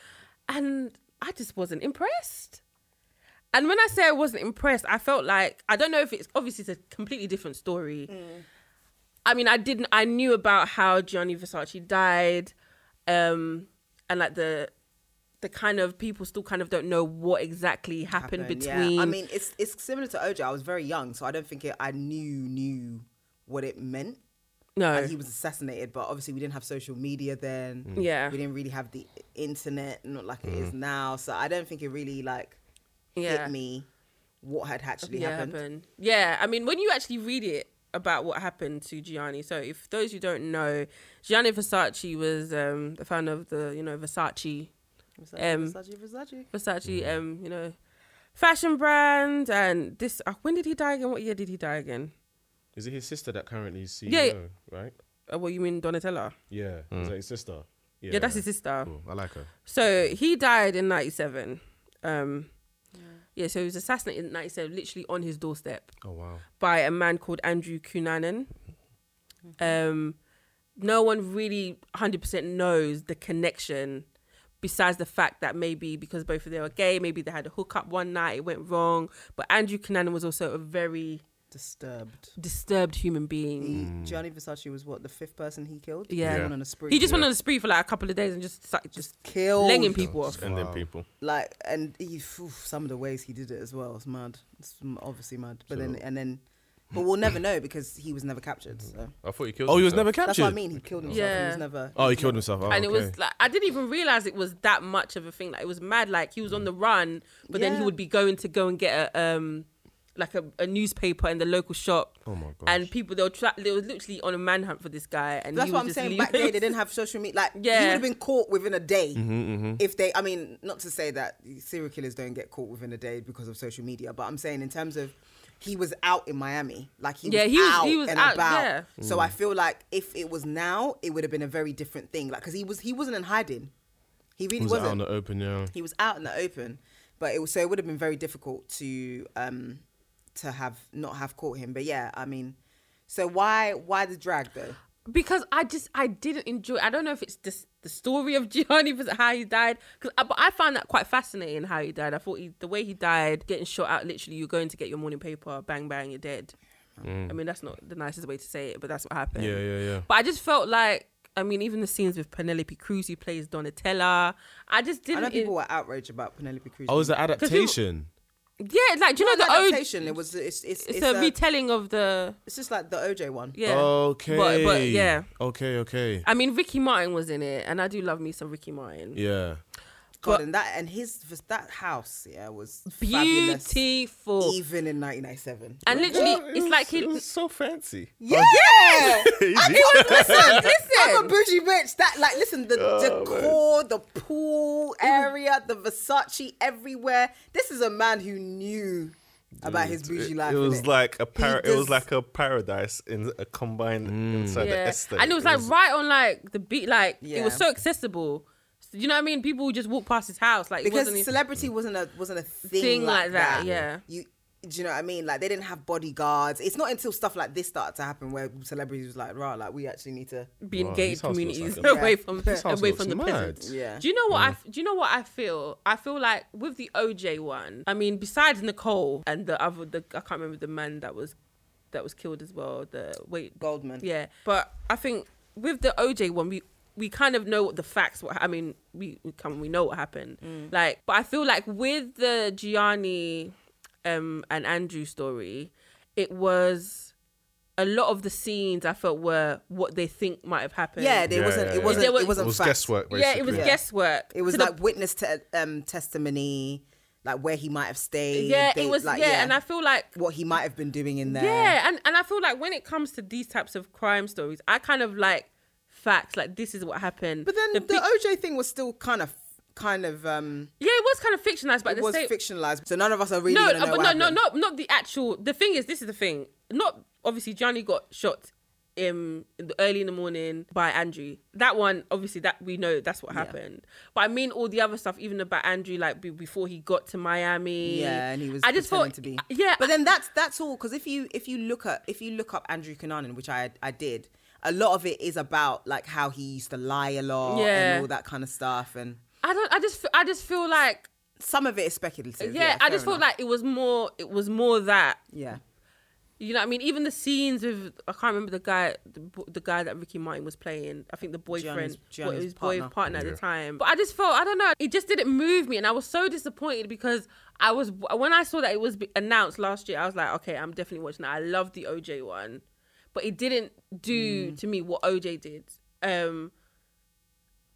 and I just wasn't impressed. And when I say I wasn't impressed, I felt like I don't know if it's obviously it's a completely different story.
Mm.
I mean, I didn't. I knew about how Gianni Versace died, um, and like the the kind of people still kind of don't know what exactly happened, between.
Yeah. I mean, it's it's similar to OJ. I was very young, so I don't think it, I knew knew what it meant.
no,
And he was assassinated, but obviously we didn't have social media then.
Yeah.
we didn't really have the internet, not like it is
Mm.
now. So I don't think it really like
Yeah.
hit me what had actually
yeah,
happened.
happened. Yeah, I mean, when you actually read it about what happened to Gianni, so if those who don't know, Gianni Versace was um, the founder of the, you know, Versace,
Versace,
Um,
Versace, Versace.
Versace, um, you know, fashion brand, and this. Uh, when did he die again? What year did he die again?
Is it his sister that currently is CEO,
Yeah.
right?
Uh, what you mean, Donatella?
Yeah. Is that his sister?
Yeah, that's his sister.
Cool. I like her.
So he died in '97. Um, yeah, so he was assassinated in '97, literally on his doorstep.
Oh, wow.
by a man called Andrew Cunanan. Um, no one really 100% knows the connection, besides the fact that maybe because both of them are gay, maybe they had a hookup one night, it went wrong. But Andrew Cunanan was also a very
disturbed.
Disturbed human being.
He, Gianni Versace was what the fifth person he killed.
Yeah.
he
Mm. Yeah.
went on a spree.
He just went on a spree for like a couple of days and just like, just
killed
lenging people off.
and then people.
Like, and he, oof, some of the ways he did it as well. It's mad. It's m- obviously mad. But then, and then, but we'll never know because he was never captured. So
I thought he killed.
Oh, he was
himself.
never captured.
that's what I mean. He killed himself. And he was
Yeah.
never.
Oh, he killed himself. Oh,
and it
okay.
was like I didn't even realize it was that much of a thing. Like it was mad. Like he was on the run, but then he
Yeah.
would be going to go and get a um like a, a newspaper in the local shop. Oh
my gosh.
And people they were tra- they were literally on a manhunt for this guy. And
That's
he
what
was
I'm
just
saying.
leaving.
Back then, they didn't have social media. Like,
Yeah.
he would have been caught within a day
Mm-hmm,
if they. I mean, not to say that serial killers don't get caught within a day because of social media, but I'm saying in terms of he was out in Miami, like he
Yeah,
was
he was-
out
he was
and
out,
about.
yeah.
So I feel like if it was now, it would have been a very different thing. Like, because he was he wasn't in hiding. He really
He was
wasn't
out on the open, yeah.
he was out in the open, but it was so it would have been very difficult to um to have not have caught him. But yeah, I mean, so why why the drag though?
because I just I didn't enjoy. I don't know if it's just the story of Gianni was how he died. Cause I, but I found that quite fascinating how he died. I thought he, the way he died, getting shot out. Literally, you're going to get your morning paper. Bang bang, you're dead. I mean, that's not the nicest way to say it, but that's what happened.
Mm. Yeah, yeah, yeah.
But I just felt like. I mean, even the scenes with Penelope Cruz, who plays Donatella, I just
I
didn't.
know people were outraged about Penelope Cruz.
Oh, it was an
people-
adaptation.
yeah, like do you
No,
know
it's
the O-
adaptation. uh, It was it's it's
It's,
it's,
a,
a-
retelling of the
it's just like the OJ one.
yeah.
Okay.
But, but yeah,
Okay, okay.
I mean, Ricky Martin was in it, and I do love me some Ricky Martin.
Yeah.
God,
but-
and that and his that house yeah was fabulous,
beautiful.
even in 1997.
And literally, it's like
It
he.
was so fancy.
Yeah, I was, listen, listen. Oh, I'm a bougie bitch. That like, listen, the
Oh,
decor, the pool
Mm.
area, the Versace everywhere. This is a man who knew about his bougie
It,
life.
it was
innit?
like a par-
He
it was
just-
like a paradise in a combined inside the
Yeah.
estate.
And it was like right on like the beat, like it was
Yeah.
so accessible. You know what I mean? People would just walk past his house, like it
because
wasn't. even-
celebrity wasn't a wasn't a thing,
Thing
like,
like that, yeah.
You do you know what I mean? Like they didn't have bodyguards. It's not until stuff like this started to happen where celebrities was like, right, like we actually need to.
being
Wow,
gated
his house looks
communities
like a-
away from
His
house
away
looks
from the
mad.
peasants.
Yeah.
Do you know what I? f- Do you know what I feel? I feel like with the OJ one. I mean, besides Nicole and the other, the I can't remember the man that was that was killed as well. The wait,
Goldman.
Yeah, but I think with the OJ one, we we kind of know what the facts. What I mean, we we come we know what happened.
Mm.
Like, but I feel like with the Gianni um, and Andrew story, it was. A lot of the scenes I felt were what they think might have happened.
Yeah, there
Yeah,
wasn't.
yeah,
It
yeah.
wasn't.
There was-
it wasn't.
it was
fact.
guesswork. Basically.
Yeah, it was guesswork.
It was
To the-
like witness te- um, testimony, like where he might have stayed.
yeah,
they-
it was
like,
yeah, and I feel like
what he might have been doing in there.
yeah, and and I feel like when it comes to these types of crime stories, I kind of like facts. Like this is what happened.
But then the,
big-
OJ thing was still kind of, kind of, um,
yeah, it was kind of fictionalized, but
it
the
was
same,
fictionalized. So none of us are really.
no,
gonna know
uh, but
what
no, no,
happened.
not not the actual. The thing is, this is the thing. Not obviously, Johnny got shot um, in the early in the morning by Andrew. That one, obviously, that we know that's what happened. But I mean, all the other stuff, even about Andrew, like be- before he got to Miami.
Yeah, and he was.
I just
pretending
thought
to be.
Yeah,
but then that's that's all because if you if you look at if you look up Andrew Cunanan, which I I did, a lot of it is about like how he used to lie a lot
Yeah.
and all that kind of stuff, and
I don't. I just. fe- I just feel like.
some of it is speculative.
Yeah, I just
fair
felt like it was more. It was more that.
enough. yeah.
You know, what I mean, even the scenes with I can't remember the guy, the, bo- the guy that Ricky Martin was playing. I think the boyfriend,
Gianni's- Gianni's
what, his
partner.
boy partner at the time. But I just felt, I don't know, it just didn't move me, and I was so disappointed because I was when I saw that it was be- announced last year, I was like, okay, I'm definitely watching that. I love the OJ one, but it didn't do
Mm.
to me what OJ did. Um,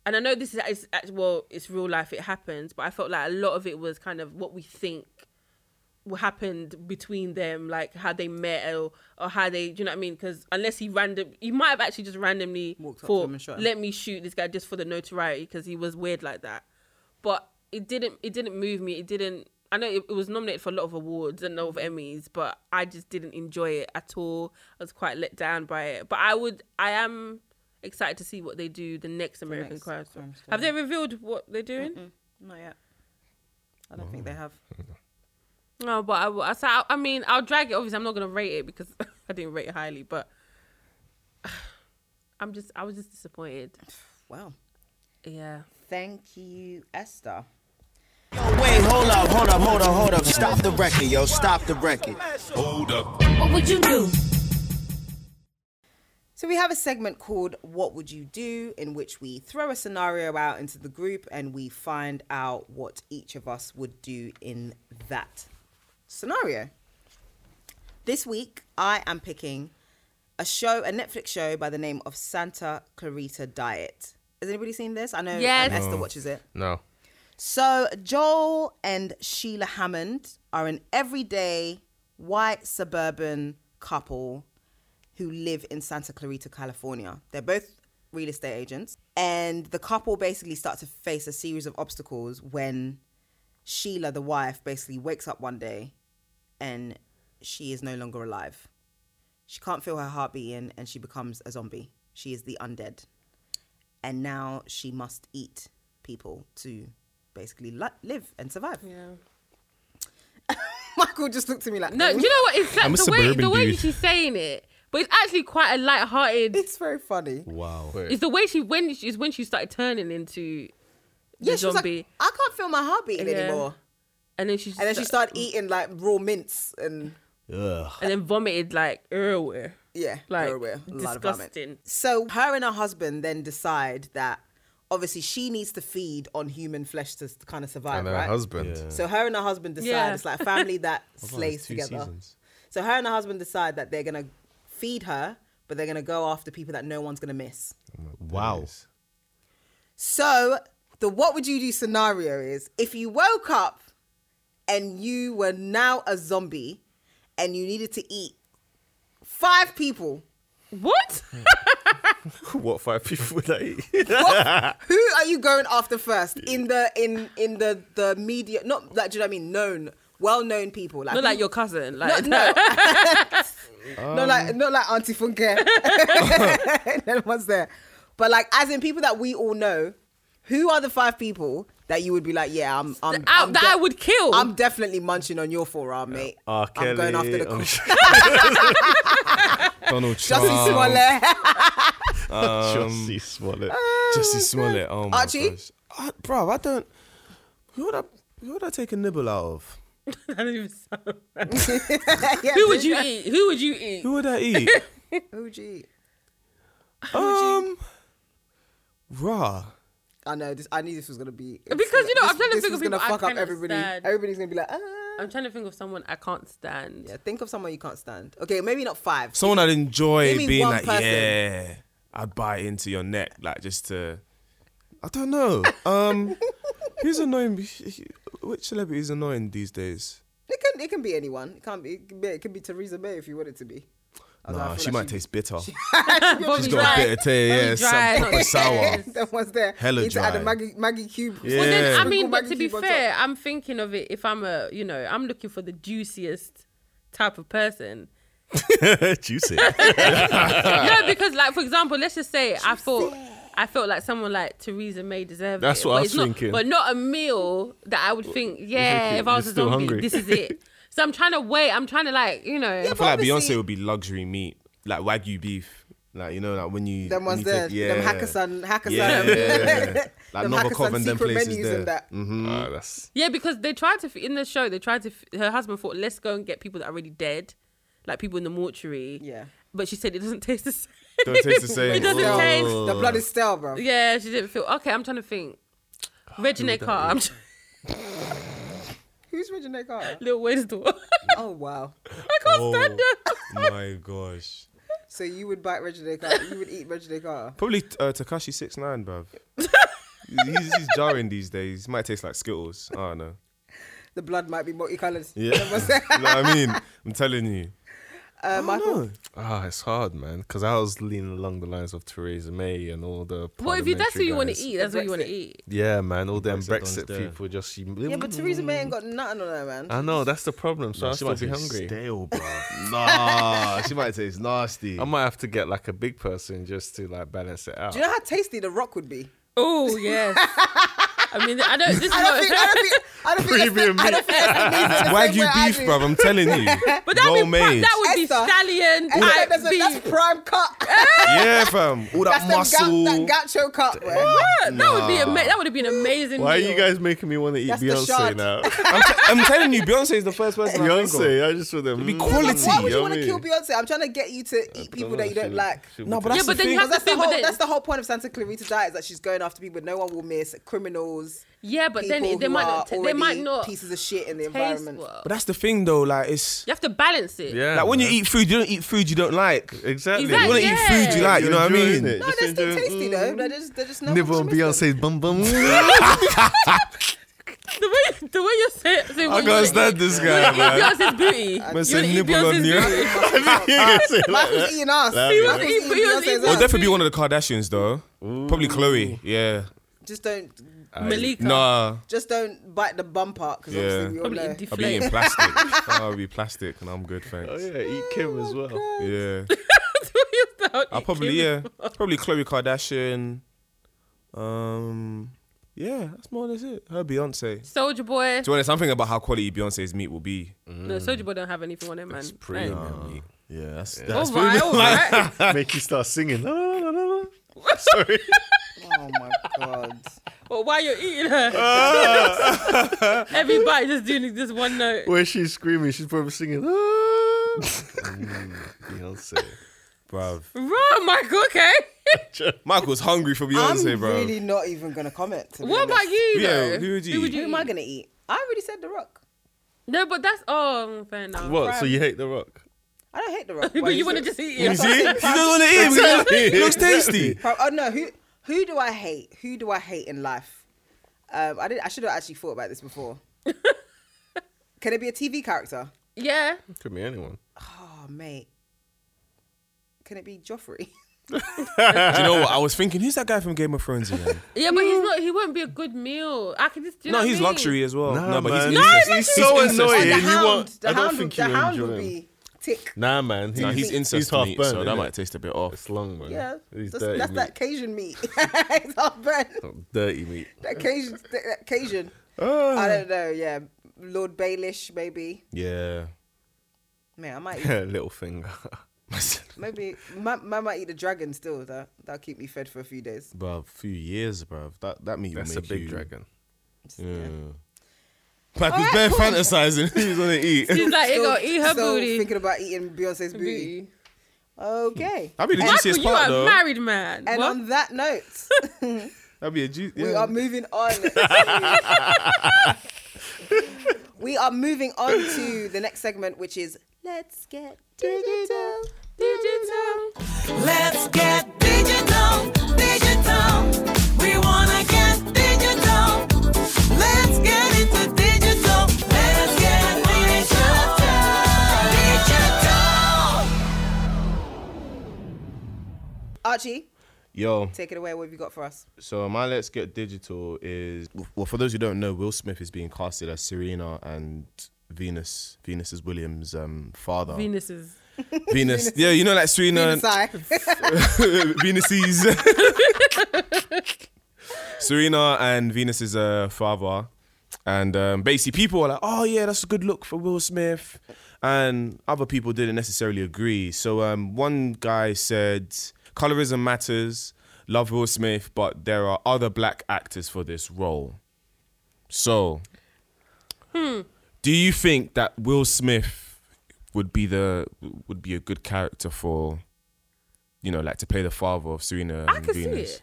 and I know this is it's, it's- well, it's real life, it happens, but I felt like a lot of it was kind of what we think what happened between them, like how they met or, or how they, do you know what I mean? Because unless he random, he might have actually just randomly
Walked up to
thought,
him and shot him.
let me shoot this guy just for the notoriety because he was weird like that. But it didn't, it didn't move me. It didn't. I know it, it was nominated for a lot of awards and a lot of Emmys, but I just didn't enjoy it at all. I was quite let down by it. But I would, I am excited to see what they do the next American
next
Crime Story.
Crime Story.
Have they revealed what they're doing?
Not yet. I don't think they have.
No, but I, will- I, so I, I mean, I'll drag it. Obviously, I'm not gonna rate it because I didn't rate it highly. But I'm just, I was just disappointed.
Well,
Yeah.
thank you, Esther.
Wait, hold up, hold up, hold up, hold up. Stop the record, yo. Stop the record.
What would you do?
So we have a segment called What Would You Do, in which we throw a scenario out into the group and we find out what each of us would do in that scenario. This week, I am picking a show, a Netflix show by the name of Santa Clarita Diet. Has anybody seen this? I know um,
Yes.
Esther watches it.
No.
So Joel and Sheila Hammond are an everyday white suburban couple who live in Santa Clarita, California. They're both real estate agents, and the couple basically start to face a series of obstacles when Sheila, the wife, basically wakes up one day and she is no longer alive. She can't feel her heart beating and she becomes a zombie. She is the undead and now she must eat people to basically li- live and survive.
Yeah.
Michael just looked at me like,
No,
"Mm."
do you know what? It's like
I'm a
the way
suburban
the way
dude.
she's saying it, but it's actually quite a light-hearted.
it's very funny.
Wow.
It's the way she when she, is when she started turning into the
Yeah, she was like,
zombie,
I can't feel my heart beating
Yeah. Mm.
anymore.
and then she
And then she started eating like raw mints and
and then vomited like everywhere.
yeah,
Like,
everywhere. A lot of vomit.
disgusting.
So her and her husband then decide that obviously she needs to feed on human flesh to kind of survive,
And her
right?
husband.
So her and her husband decide
Yeah.
it's like a family that slays
two
together.
seasons.
So her and her husband decide that they're gonna feed her, but they're gonna go after people that no one's gonna miss.
Wow.
So the what would you do scenario is if you woke up and you were now a zombie and you needed to eat five people,
What?
What five people would I eat?
who are you going after first in the in in the the media? Not like do you know what I mean? Known, well known people like
Not like your cousin. Like
no. not
Um.
like not like Auntie Funke. no one's there. But like as in people that we all know, who are the five people that you would be like, Um, yeah, I'm I'm,
Out
I'm
that I would kill.
I'm definitely munching on your forearm, mate.
R.
I'm going
Kelly,
after
oh,
the
I'm
cool.
sure-
Donald
Justin
Trump,
Smollett.
Jussie Smollett.
Jesse Smollett. Oh my
Archie?
gosh.
I, bro, I don't. Who would I? Who would I take a nibble out of?
That doesn't even sound-
Yeah,
Who would you eat? Who would you eat?
Who would I eat?
Who'd you eat?
um, raw.
I know this. I knew this was gonna be
Because, you know,
this-
I'm trying to
this
think
was
of people
gonna
I
fuck up
cannot
everybody.
stand.
Everybody's gonna be like, ah.
I'm trying to think of someone I can't stand.
Yeah, think of someone you can't stand. Okay, maybe not five.
Someone I'd enjoy
Give me
being
one
like,
person.
yeah, I'd bite into your neck, like just to.
I don't know. Um, who's annoying? Which celebrity is annoying these days?
It can it can be anyone. It can't be it can be, it can be Theresa May if you want it to be. Although I
Nah,
feel
she
like
might taste bitter.
Bobby
She's got a bitter taste. Yeah,
dry,
some
not
proper sour.
taste.
That was there.
Hella
Need to add a
dry.
Maggie Maggie cube.
Well, then, I
Yeah.
mean,
Maggie
but to be
cube on top.
fair, I'm thinking of it if I'm a, you know, I'm looking for the juiciest type of person.
Juicy. Ah.
no, because like for example, let's just say I thought I felt like someone like Theresa May deserved.
That's
it,
what
but
I was
it's not-
thinking.
But not a meal that I would think, yeah,
you're
if I was a
still
zombie,
hungry.
this is it. So I'm trying to wait. I'm trying to like, you know,
I feel like
obviously-
Beyonce would be luxury meat, like wagyu beef, like you know, like when you.
Them
when
ones
you
there.
take-
Them Hakkasan Hakkasan.
Yeah,
Like
Like
them
Novakov
Hakkasan
and them
secret
places
menus
there. Mm. Mm-hmm.
and that.
Ah, that's
yeah, because they tried to f- in the show. They tried to. f- Her husband thought, let's go and get people that are already dead, like people in the mortuary.
Yeah.
But she said it doesn't taste the same.
Don't taste the same.
It doesn't
Oh.
taste.
The blood is stale, bro.
Yeah, she didn't feel okay. I'm trying to think. Regina Carr, I'm trying,
Who's Regina Carter?
Lil Wayne's daughter.
Oh wow.
I can't stand her.
Oh my gosh.
So you would bite Regina Carter. You would eat Regina Carter.
Probably uh, Takashi six nine, bruv. he's, he's jarring these days. Might taste like Skittles. I don't know.
The blood might be multicolored.
you know what I mean? I'm telling you.
Uh, Michael.
ah, it's hard, man. Because I was leaning along the lines of Theresa May and all the.
Well, if you, that's what you want
parliamentary
to eat, that's what you want
Brexit.
to eat.
Yeah, man. All them
Brexit
Brexit
dons there.
people just.
Yeah, but Theresa May ain't got nothing on her, man.
I know that's the problem. So I still be hungry.
Stale, bro. nah, she might taste nasty.
I might have to get like a big person just to like balance it out.
Do you know how tasty the rock would be?
Oh yes. I mean, I don't. This is
I don't
not.
think. I don't think. I don't think. That's the, I don't think that's the name of the same way
Wagyu
I
beef,
do.
bruv. I'm telling you.
but that would
well
be
made.
that would be
Esther.
stallion
And
type
that's, a, that's
beef.
prime cut.
yeah, fam. All that
that's
muscle.
The ga- that gacho cut. where-
That would be ama- that would have been amazing.
Why are
meal.
you guys making me want to eat
That's the
Beyonce
shard.
now?
I'm, t- I'm telling you, Beyonce is the first person. I think of.
Beyonce, I just want them. Be
quality,
Why would you want to kill Beyonce? I'm trying to get you to eat people that you don't like.
No, but that's
Yeah, but
the
then you
thing.
Because that's the
have to think. but
whole
then-
that's the whole point of Santa Clarita Diet is that she's going after people no one will miss criminals.
Yeah, but then
people
they
who
might
are
not. They
already
might not.
pieces of shit in the
taste
environment.
well.
But that's the thing, though. Like it's
You have to balance it.
Yeah,
like when you
man.
eat food, you don't eat food you don't like.
exactly.
Exactly.
You want to eat
Yeah.
food you like. You know what I
Enjoying
mean?
it,
No,
just
they're still
enjoying-
mm.
tasty though. They're just they're just no
Nibble
one
on
should miss them.
Beyonce's bum bum.
The way the way you say it. say what
I
you
can't
say.
stand this guy,
You
man.
Beyonce's beauty.
Man
You
said
eat
nibble on
Beyonce's
you.
beauty.
Michael's eating us.
He was
Michael's
eating-
eating
he was
Beyonce's
eating-
Or
ass.
definitely be one of the Kardashians, though. Probably Chloe. Yeah.
Just don't
Malika.
Nah.
just don't bite the bum part because
Yeah.
obviously we all
Probably
know.
I'll be
deflate.
eating plastic. oh, I'll be plastic, and I'm good, thanks.
Oh yeah, eat Kim as well.
yeah.
I
I probably yeah, probably Chloe Kardashian. Um, yeah, that's more or less it. Her Beyonce. To
Soldier Boy.
be honest, I'm thinking about how quality Beyonce's meat will be.
No, Soldier Boy don't have anything on it, man. Right.
Premium.
Yeah, that's
All right, all right.
Make you start singing. La, la, la, la.
Oh my god.
But while you're eating her, everybody just doing this one note.
Where she's screaming, she's probably singing. "Ah." Mm, Beyonce.
bruv.
Right, Michael, okay.
Michael's hungry for
I'm
Beyonce, bro.
really not even gonna comment. To be
What
honest.
about you,
Yeah,
though?
who would you eat?
Who am I gonna eat? I already said The Rock.
No, but that's oh, fair enough.
What? So you hate The Rock?
I don't hate The Rock.
But you want to
to
just eat
You
it.
see, he doesn't want to eat. because It looks tasty.
Oh no, who who do I hate? Who do I hate in life? Um, I did. I should have actually thought about this before. Can it be a TV character?
Yeah.
Could be anyone.
Oh mate. Can it be Joffrey?
Do you know what? I was thinking, who's that guy from Game of Thrones again?
Yeah, but he's not. He won't be a good meal. I can just do. you know
no,
what I
he's
mean?
luxury as well.
Nah,
no, but
man.
he's,
No,
incest-
he's so
incest-
annoying.
Oh, the
Yeah, you
hound.
want-
the
I don't
hound,
think
the
you
hound
enjoy
would
him.
be tick.
Nah, man. He's,
Nah, he's incest meat,
half-burnt,
so that
innit?
might taste a bit off.
It's long, man.
Yeah,
He's
that's,
dirty
that's
meat.
that Cajun meat. it's not bad.
Dirty meat.
That Cajun, that that Cajun. I don't know. Yeah, Lord Baelish, maybe.
Yeah.
Man, I might eat,
Little finger.
maybe man, man might eat the dragon still. That that'll keep me fed for a few days.
Bruv, few years, bruv. That that meat will
That's a
make
big
you-
dragon.
Like, he's bare fantasizing. He's gonna eat.
He's like, you
Still-
gonna eat her
still
booty.
Thinking about eating Beyonce's booty.
Booty.
Okay.
That'd be the
Michael,
juiciest
you
part,
are
though.
a married man.
And
What?
on that note,
That'd be a juice.
we are moving on. to- we are moving on to the next segment, which is let's get digital.
Digital.
Let's get digital, digital. We wanna get digital. Let's get into digital. Let's get digital. Digital.
Archie,
Yo,
take it away. What have you got for us?
so my Let's Get Digital is. Well, for those who don't know, Will Smith is being casted as Serena and Venus. Venus is William's um, father.
Venus is.
Venus. Yeah, you know, like Serena.
Venus Eye.
Venuses. Serena and Venus's uh, father. And um, basically, people were like, oh, yeah, that's a good look for Will Smith. And other people didn't necessarily agree. So um, one guy said, colorism matters, love Will Smith, but there are other black actors for this role. So,
Hmm.
do you think that Will Smith would be the would be a good character for, you know, like to play the father of Serena
I
and
can see
Venus?
it.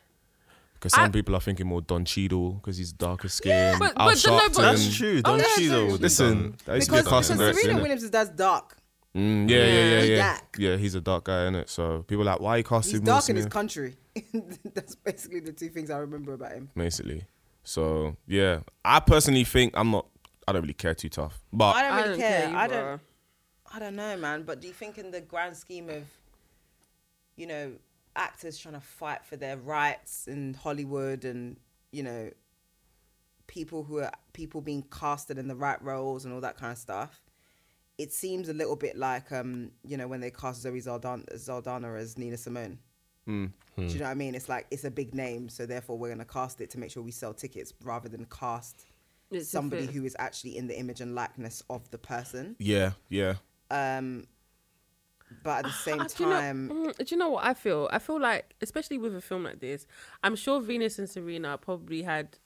Because some
I-
people are thinking more Don Cheadle because he's darker skinned.
but-
Al
but the- no, but-
Sharpton.
That's true.
Oh,
Don't
that's
she
true.
though?
Listen, that used to be a
Because,
casting
because
director.
Serena
innit?
Williams is that's dark.
Mm, yeah, yeah, yeah,
He's
yeah.
dark.
Yeah, he's a dark guy, isn't it? So people are like, why you casting
He's
Will
dark in his
Smith?
country. that's basically the two things I remember about him.
basically. So yeah, I personally think I'm not. I don't really care too tough, but
I don't really care.
you
I
are.
don't. I don't know, man. But do you think, in the grand scheme of, you know, actors trying to fight for their rights in Hollywood, and you know, people who are people being casted in the right roles and all that kind of stuff, it seems a little bit like, um, you know, when they cast Zoe Zaldana, Zaldana as Nina Simone. Do you know what I mean? It's like it's a big name, so therefore we're gonna cast it to make sure we sell tickets rather than cast
It's a
somebody
fit.
who is actually in the image and likeness of the person.
Yeah, yeah.
Um, But at the same
Uh,
time,
Do you, know, mm, do you know what I feel? I feel like, especially with a film like this, I'm sure Venus and Serena probably had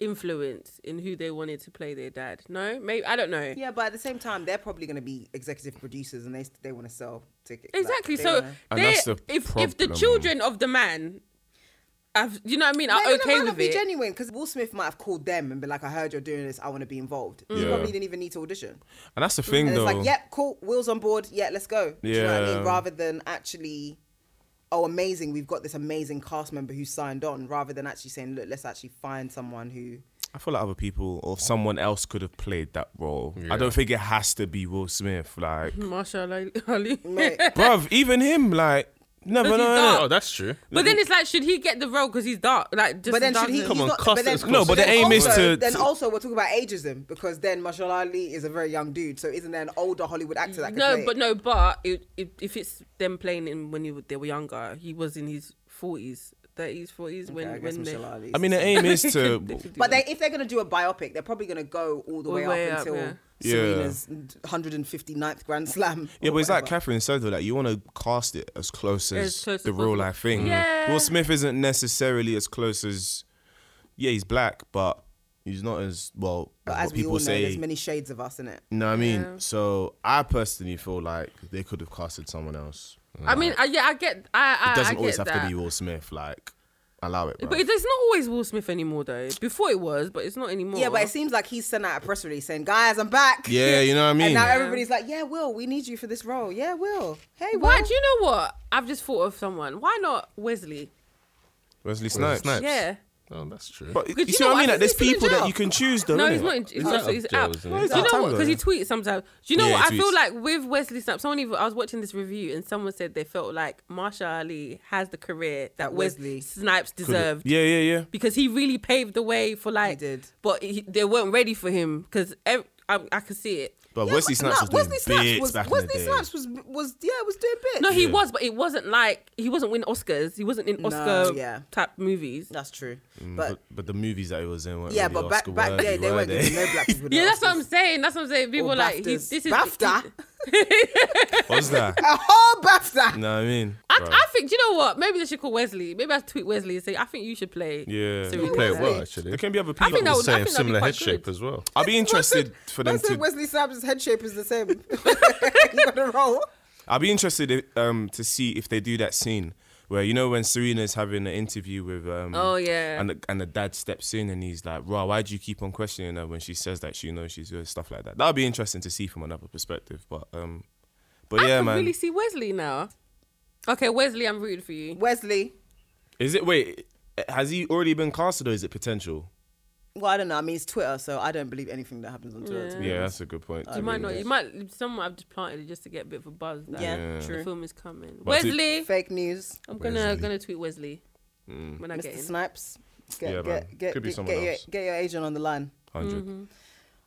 influence in who they wanted to play their dad. No, maybe I don't know.
yeah, but at the same time, they're probably gonna be executive producers and they they want to sell tickets. Like,
Exactly.
they
so
wanna-
And
they-
that's the
if if the
problem.
children of the man, have, you know what I mean, are
Maybe they
okay
might not
with
be
it.
genuine because Will Smith might have called them and be like, "I heard you're doing this. I want to be involved."
Mm.
He probably didn't even need to audition.
And that's the thing,
And
though.
it's like, yep, cool, Will's on board. Yeah, let's go. Do you know what I mean?
Yeah.
Rather than actually, oh, amazing, we've got this amazing cast member who signed on, rather than actually saying, look, let's actually find someone who.
I feel like other people or someone else could have played that role. I don't think it has to be Will Smith. Like,
Marsha Ali.
Mate,
bruv, even him, like, never
Because he's
know. innit?
Oh, that's true.
But then it's like, should he get the role because he's dark? Like, just
but then
dark
should he?
Come
he's
on,
not,
cast
but then,
is close. No, but
the
then
aim is
also-
to-
Then
to-
also, we're talking about ageism because then Marshall Ali is a very young dude. So isn't there an older Hollywood actor that could
No,
play it?
but no, but it, it, if it's them playing him when he, w- they were younger, he was in his forties, thirties, forties when
Okay, I guess
when they.
Mahershala Ali is-
I mean, the aim is
They
to.
could- they could do
But
that.
they, if they're going to do a biopic, they're probably going to go all the
All
way,
the way
up
up,
until
yeah.
Yeah.
Serena's 159th Grand Slam.
Yeah,
or
but it's like
whatever.
Catherine said though, like you want to cast it as close as,
close as
the real
possible.
life thing.
Yeah.
Will Smith isn't necessarily as close as, yeah, he's black, but he's not as well
But
as,
as
what
we
people
all know,
say.
there's many shades of us in it.
you know what I mean? So I personally feel like they could have casted someone else.
I mean, I, yeah, I get. I, I
It doesn't
I
always have
get
to
that.
be Will Smith. Like, allow it.
But
bruv.
it's not always Will Smith anymore, though. Before it was, but it's not anymore.
Yeah, but it seems like he's sent out a press release saying, "Guys, I'm back."
yeah, you know what I mean.
And now everybody's like, "Yeah, Will, we need you for this role." Yeah, Will. Hey, Will.
Why? Do you know what? I've just thought of someone. Why not Wesley?
Wesley Snipes.
Snipes.
Yeah.
Oh, that's true.
But you,
you
see what I
know what?
mean?
I
Like, there's
think he's still
people
in
that
jail.
you can choose though.
No,
innit?
he's not. In,
out
he's, not,
of
he's
jail,
out.
isn't he?
Do
He's
you
out
know what?
of
Because he
jail.
tweets sometimes. Do you know
Yeah,
what? I
he
feel
tweets.
like with Wesley Snipes, someone even I was watching this review and someone said they felt like Marsha Ali has the career that
Wesley
Wesley Snipes deserved.
Yeah, yeah, yeah.
because he really paved the way for like.
did.
But he, they weren't ready for him because I, I could see it.
But
Yeah,
Wesley
but-
Snipes
no,
was doing
Wesley Snipes
bits
was,
back in the
Wesley
day.
Snipes was was yeah was doing bits.
No, he was, but it wasn't like he wasn't winning Oscars. He wasn't in
No,
Oscar
yeah.
type movies.
that's true. But
Mm, But the movies that he was in weren't
yeah,
really
but back
Oscar
back
worthy,
then they
were
weren't
they?
giving no black people. no
Yeah, that's what I'm
Oscars
saying. That's what I'm saying. People
or
were like
BAFTAs.
he's, this is
BAFTA.
What's that?
A whole BAFTA.
No, I mean?
I, I think do you know what? Maybe they should call Wesley. Maybe I tweet Wesley and say I think you should play.
Yeah.
Serena."
Play it well,
There
actually.
can be other
I
people.
think that would. I
Same
think that'd be
similar
quite
head
good.
shape as well.
I'll be interested for them
Wesley,
to.
Wesley Snipes' head shape is the same. you got a role.
I'll be interested if, um to see if they do that scene where you know when Serena's having an interview with um.
Oh, yeah.
And the, and the dad steps in and he's like, "Raw, why do you keep on questioning her when she says that she knows she's good stuff like that?" That'll be interesting to see from another perspective. But um, but
I
yeah,
can
man.
really see Wesley now. Okay, Wesley, I'm rooting for you.
Wesley.
Is it wait? Has he already been casted or is it potential?
Well, I don't know. I mean, it's Twitter, so I don't believe anything that happens on Twitter. to be
Yeah,
honest.
that's a good point.
You might not. You might. Someone I've just planted it just to get a bit of a buzz. That
Yeah,
Yeah.
The
true.
film is coming.
But it-
Wesley,
Fake news.
I'm gonna gonna tweet Wesley
Mm,
when I get
Mr.
in.
Snipes. Get,
Yeah,
get,
man.
get,
Could be
get-
someone
get your,
else.
get your agent on the line.
100
Mm-hmm.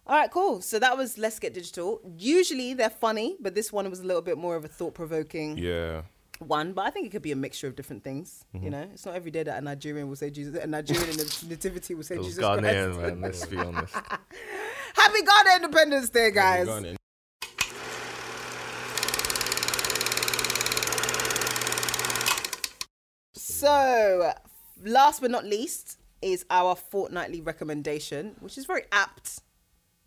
All right, cool. So that was Let's Get Digital. Usually they're funny, but this one was a little bit more of a thought provoking
Yeah.
one. But I think it could be a mixture of different things.
Mm-hmm.
You know, it's not every day that a Nigerian will say Jesus, a Nigerian in the nativity will say
It was
Jesus
Ghanaian,
Christ.
man. Let's be honest.
Happy Ghana Independence Day, guys. So, last but not least is our fortnightly recommendation, which is very apt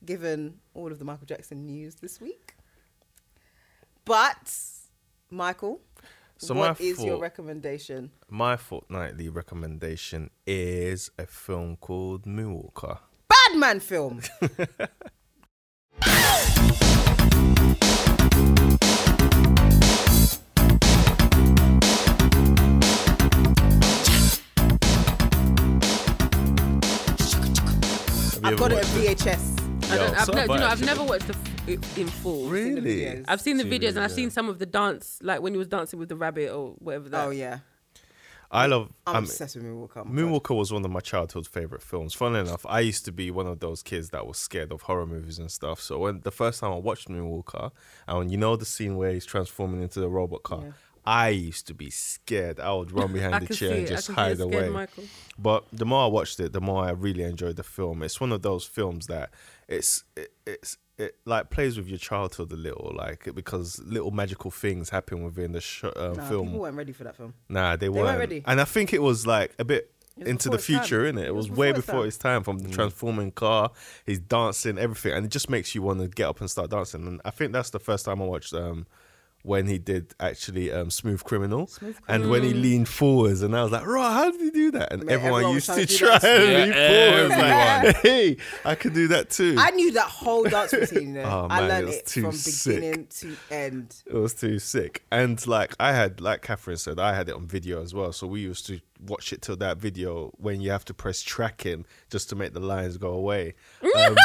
given all of the Michael Jackson news this week. But, Michael,
So
what
my
is your
thought-
recommendation?
My fortnightly recommendation is a film called Moonwalker.
Badman film. I've got it at VHS.
I don't, I've,
so
no,
have
do you know,
I,
I've never watched the f- it in full.
Really?
videos.
I've seen the videos and I've
yeah.
seen some of the dance, like when he was dancing with the rabbit or whatever. That.
Oh yeah,
I love.
I'm
I'm-
obsessed with Moonwalker. Oh my God.
Moonwalker was one of my childhood favorite films. Funnily enough, I used to be one of those kids that was scared of horror movies and stuff. So when the first time I watched Moonwalker, and you know the scene where he's transforming into the robot car, I used to be scared. I would run behind
I
the
can
chair
see
and
it. I
just
can see a
hide
scared
away.
Michael.
But the more I watched it, the more I really enjoyed the film. It's one of those films that it's it, it's it like plays with your childhood a little, like because little magical things happen within the sh- uh,
Nah,
film.
people weren't ready for that film.
Nah, they,
weren't
weren't.
ready.
And I think it was like a bit
was
into
before
the
its time.
future, innit? It,
It
it was,
was
way
before its
before
time.
its time. From the transforming car, he's dancing, everything, and it just makes you want to get up and start dancing. And I think that's the first time I watched um when he did actually um Smooth Criminal, and when he leaned forwards, and I was like, "Right, how did he do that?" And
Mate,
everyone,
everyone
used
was
to
trying to do
try
that.
and lean
Yeah,
forwards. Like, hey, I could do that too.
I knew that whole dance routine. You know?
Oh,
I
man,
learned
it was
it
too
from
sick.
beginning to end.
It was too sick. And like I had, like Catherine said, I had it on video as well. So we used to watch it till that video when you have to press tracking just to make the lines go away. Um,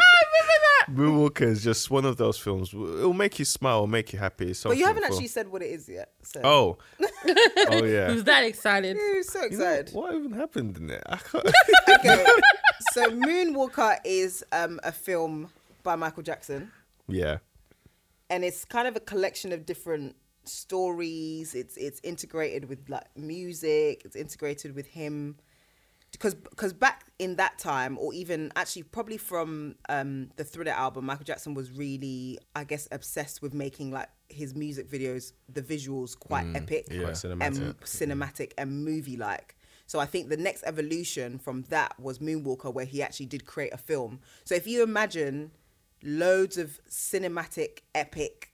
Moonwalker is just one of those films. It'll make you smile, it'll make you happy. It's
But you haven't
something
actually
for-
said what it is yet. So.
Oh, oh yeah.
Who's that excited?
I'm so excited.
What even happened in it? I can't.
okay. So Moonwalker is um, a film by Michael Jackson,
yeah,
and it's kind of a collection of different stories. It's it's integrated with like music. It's integrated with him because because back in that time, or even actually probably from um, the Thriller album, Michael Jackson was really, I guess, obsessed with making like his music videos, the visuals quite epic, and cinematic and movie like. So I think the next evolution from that was Moonwalker, where he actually did create a film. So if you imagine loads of cinematic, epic,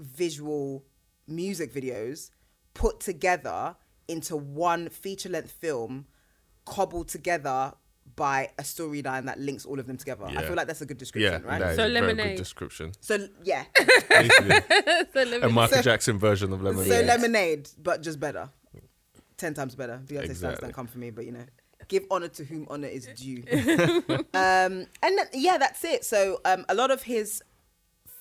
visual music videos put together into one feature length film cobbled together by a storyline that links all of them together. I
Yeah.
feel like that's a good description,
yeah.
right?
that is
So
a very good
Lemonade.
description.
So yeah,
So let me-
A Michael Jackson version of Lemonade.
so lemonade, but just better, ten times better. Beyonce sounds
Exactly.
don't come for me, but you know, give honor to whom honor is due. um, and then, yeah, that's it. So um, a lot of his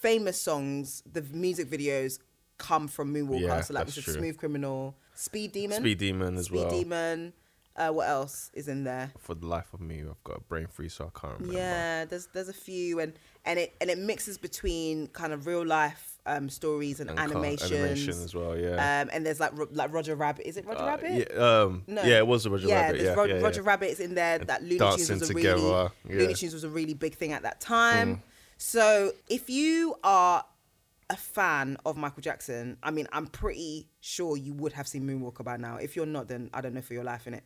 famous songs, the music videos come from Moonwalker.
Yeah,
so like we
that's
said,
true.
Smooth Criminal, Speed Demon,
Speed Demon as
Speed
well.
Demon. Uh, what else is in there?
For the life of me, I've got a brain freeze, so I can't remember.
Yeah, there's there's a few and and it and it mixes between kind of real life um, stories and,
And co-
animations.
animation as well, yeah.
Um, and there's like Ro- like Roger Rabbit. Is it Roger
Uh,
Rabbit?
Yeah, um, yeah, it was a Roger
yeah,
Rabbit.
There's
Yeah,
Ro-
yeah, yeah.
Roger Rabbit's in there. That Looney Tunes
Dancing
was a
Together, uh,
really
yeah. Mm.
Looney Tunes was a really big thing at that time. So if you are a fan of Michael Jackson, I mean, I'm pretty sure you would have seen Moonwalker by now. If you're not, then I don't know for your life in it.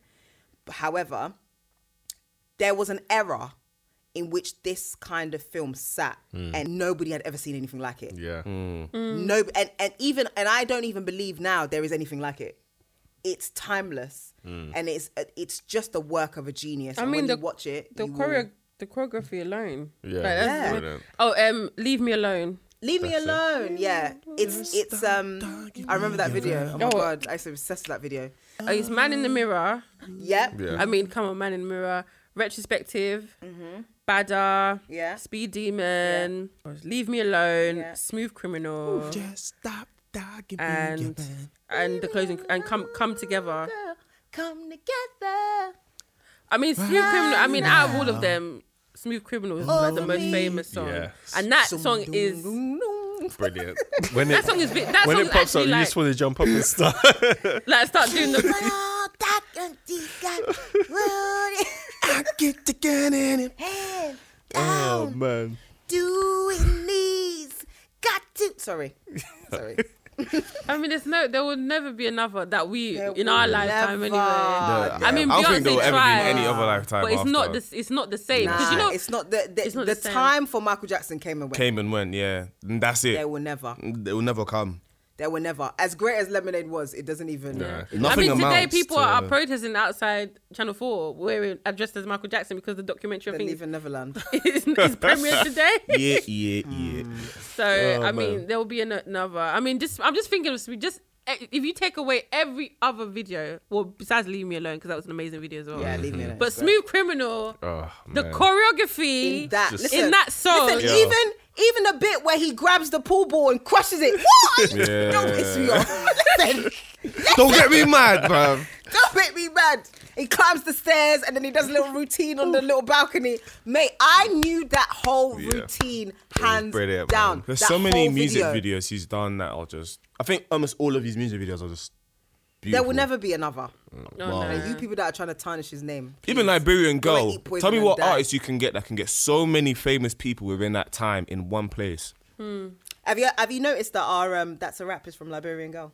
However, there was an era in which this kind of film sat and nobody had ever seen anything like it.
Hmm.
Mm.
Yeah.
No, and, and even and I don't even believe now there is anything like it. It's timeless,
Hmm.
and it's uh, it's just the work of a genius. I and
mean,
when
the-
you watch it,
the
you will-
choreo, the choreography alone.
Yeah,
that's-
brilliant.
Oh, um, leave me alone.
leave me alone. Yeah, it's it's um. I remember that video. Oh my god, I used to obsess with that video.
Oh, it's man in the mirror.
Yep.
Yeah.
I mean, come on, man in the mirror. Retrospective. Badder.
Mm-hmm. Yeah.
Speed demon. Oh, Leave me alone.
Yeah.
Smooth criminal. Just stop and and the closing and come come together.
Come together.
I mean, Smooth Criminal. I mean, out of all of them, Smooth Criminal is like the most famous song,
Yeah.
and that song is
Brilliant. When it,
that song is bit- that
when
song
it pops up,
actually
you
like,
just want to jump up and start.
like start doing the
Get again in it. Oh man.
Doing these got to. Sorry, sorry.
I mean, there's no, there will never be another that we
There
in our
will
lifetime
never.
anyway. I mean,
I don't
Beyonce
think there will ever
tried,
be any other lifetime.
but it's not
after.
the, it's not the same because
Nah,
you know
it's not the the,
it's not
the
the same.
time for Michael Jackson came and went.
Came and went, yeah. And that's it.
There will never.
It will never come.
There will never. As great as Lemonade was, it doesn't even.
I
Nothing
mean, today
amounts
people
to-
are protesting outside Channel Four wearing dressed as Michael Jackson because the documentary I
Didn't
think
even Neverland.
is, is premiered today.
Yeah, yeah, yeah.
Hmm.
So
Oh,
I mean, there will be an- another. I mean, just I'm just thinking of sp- just eh, if you take away every other video, well, besides "Leave Me Alone" because that was an amazing video as well.
yeah, leave me alone.
But "Smooth Criminal,"
Oh,
the
man.
choreography
in that, listen,
in that song.
listen, even even the bit where he grabs the pool ball and crushes it. What? Are you- Don't piss me off. Listen,
Don't get me mad, bruv.
don't make me mad. He climbs the stairs and then he does a little routine on the little balcony. Mate, I knew that whole routine hands
Brilliant,
down.
man. There's
That
so many
whole
music
video.
videos he's done that are just.
I think almost all of his music videos are just.
There
Beautiful.
will never be another.
No,
Mm.
no.
You people that are trying to tarnish his name.
Even
please.
Liberian
Go and
Girl.
eat poison
Tell me
and
what
die.
artist you can get that can get so many famous people within that time in one place.
Have you have you noticed that our um that's a rap is from Liberian Girl?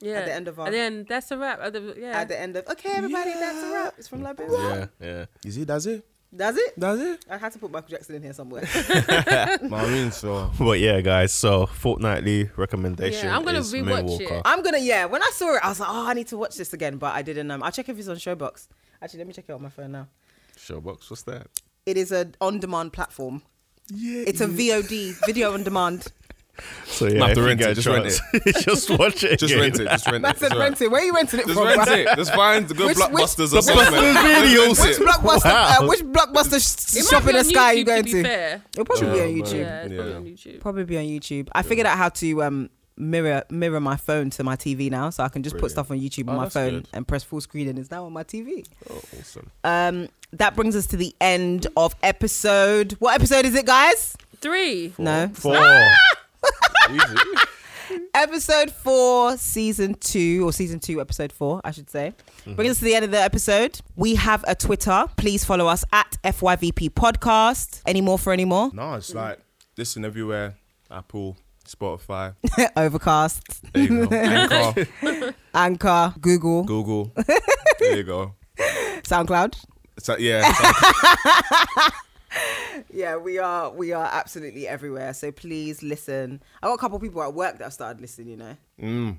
Yeah.
the end of our-
And then that's a wrap. At the, yeah.
At the end of okay, everybody, that's a rap. It's from Liberian. Girl.
Yeah, yeah.
Is it? That's it.
Does it?
That's it.
I had to put Michael Jackson in here somewhere.
I mean, so
But yeah, guys. So fortnightly recommendation.
Yeah, I'm gonna
is
rewatch
Moonwalker.
it.
I'm gonna yeah. When I saw it, I was like, oh, I need to watch this again, but I didn't. Um, I'll check if it's on Showbox. Actually, let me check it on my phone now.
Showbox. What's that?
It is an on-demand platform. Yeah, it's a VOD, video on demand.
So yeah,
have
if
to
you
rent
get
it,
a
just rent
chance- just watch it.
Just
again.
rent it. Just rent it.
That's
It's
said
all right.
renting. Where are you renting it
Just
from?
rent
bruh?
it. Just find the good
Which-
blockbusters
which-
or something.
videos.
Which blockbuster? Uh,
Wow.
which blockbuster
It
sh-
might
shop
be
in the
on
sky
YouTube,
you going
be
to?
fair.
It'll probably be on YouTube.
Yeah, it's probably
Yeah.
on YouTube.
Probably be on YouTube. I figured out how to um mirror mirror my phone to my TV now, so I can just put stuff on YouTube on my
Oh, that's
phone
good. Oh,
and press full screen, and it's now on my TV.
Awesome.
Um, that brings us to the end of episode. What episode is it, guys?
Three.
No.
Four.
Episode four, season two, or season two, episode four, I should say.
Mm-hmm.
Bringing us to the end of the episode. We have a Twitter. Please follow us at FYVP Podcast. Any more for any more?
no, it's like
Listen everywhere. Apple, Spotify,
Overcast,
there you go. Anchor,
Anchor, Google,
Google. There you go.
SoundCloud.
So, yeah.
Yeah, we are we are absolutely everywhere. So please listen. I got a couple of people at work that have started listening. You know, mm.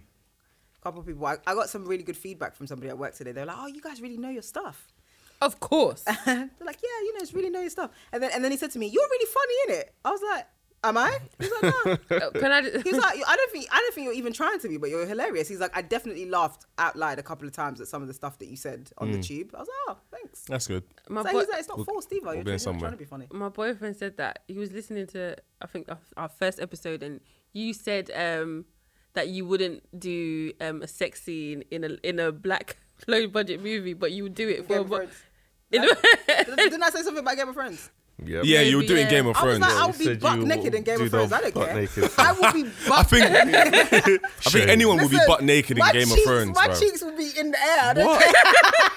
a couple of people. I, I got some really good feedback from somebody at work today. They're like, "Oh, you guys really know your stuff."
Of course.
They're like, yeah, you know, it's really know your stuff. And then and then he said to me, "You're really funny, in it." I was like, "Am I?" He's like, "No."
Oh, Can I? Just,
He's like, "I don't think I don't think you're even trying to be, but you're hilarious." He's like, "I definitely laughed out loud a couple of times at some of the stuff that you said on the tube." I was like, "Oh, thanks." So
That's good.
my, boy-
he's like, "It's not forced either. You're,
going
just- you're
somewhere.
trying to be funny."
my boyfriend said that he was listening to I think our, our first episode, and you said um, that you wouldn't do um, a sex scene in a in a black low budget movie, but you would do it for.
Game
A,
of
bu-
Thrones.
in a-
Didn't I say something about Game of Thrones?
Yep.
Yeah, you were
Maybe,
doing
yeah.
Game of
uh, I was
Thrones.
like, I'll
You
be
said
butt
you
naked in Game
do
of Thrones.
the
I don't
butt
care.
naked
I will be butt
think- I think
Shame.
anyone will be
Listen,
butt naked in
my
Game
cheeks,
of Thrones,
My
bro.
cheeks will be in the air. I don't care.
What?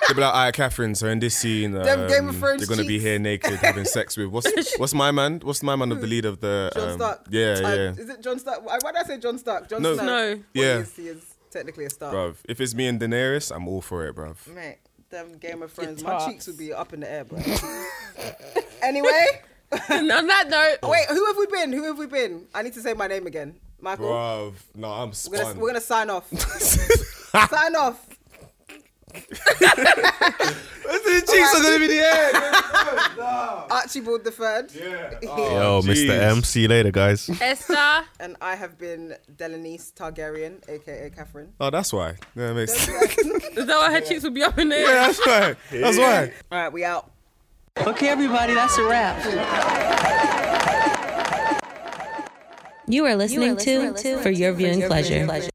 They'll be like, all right, Catherine, so in this scene, um,
Them Game of Thrones
they're going to be
cheeks.
here naked having sex with. What's what's my man? What's my man of the lead of the.
John
um,
Stark.
Yeah,
Uh,
yeah.
Is it John Stark? Why why did I say John Stark? John
No.
Snow.
No.
Well,
Yeah.
He is, he is technically a Stark.
Bruv, if it's me and Daenerys, I'm all for it, bruv.
Mate, them Game of Thrones. My
tarts.
cheeks would be up in the air, bro. anyway,
and on that note,
wait, who have we been? Who have we been? I need to say my name again. Michael.
Bruv, no, I'm
We're
spun.
gonna, we're gonna sign off. sign off.
the cheeks are going to be the air.
Archibald the Third.
Yo,
Oh,
Mr. Oh, M. See you later, guys.
Esther.
And I have been Delanice Targaryen, aka Catherine.
Oh, that's why. Yeah, makes
Is that why her cheeks will be up in the air?
That's why. That's why.
All right, we out.
Okay, everybody, that's a wrap.
You are listening, to, For Your Viewing pleasure.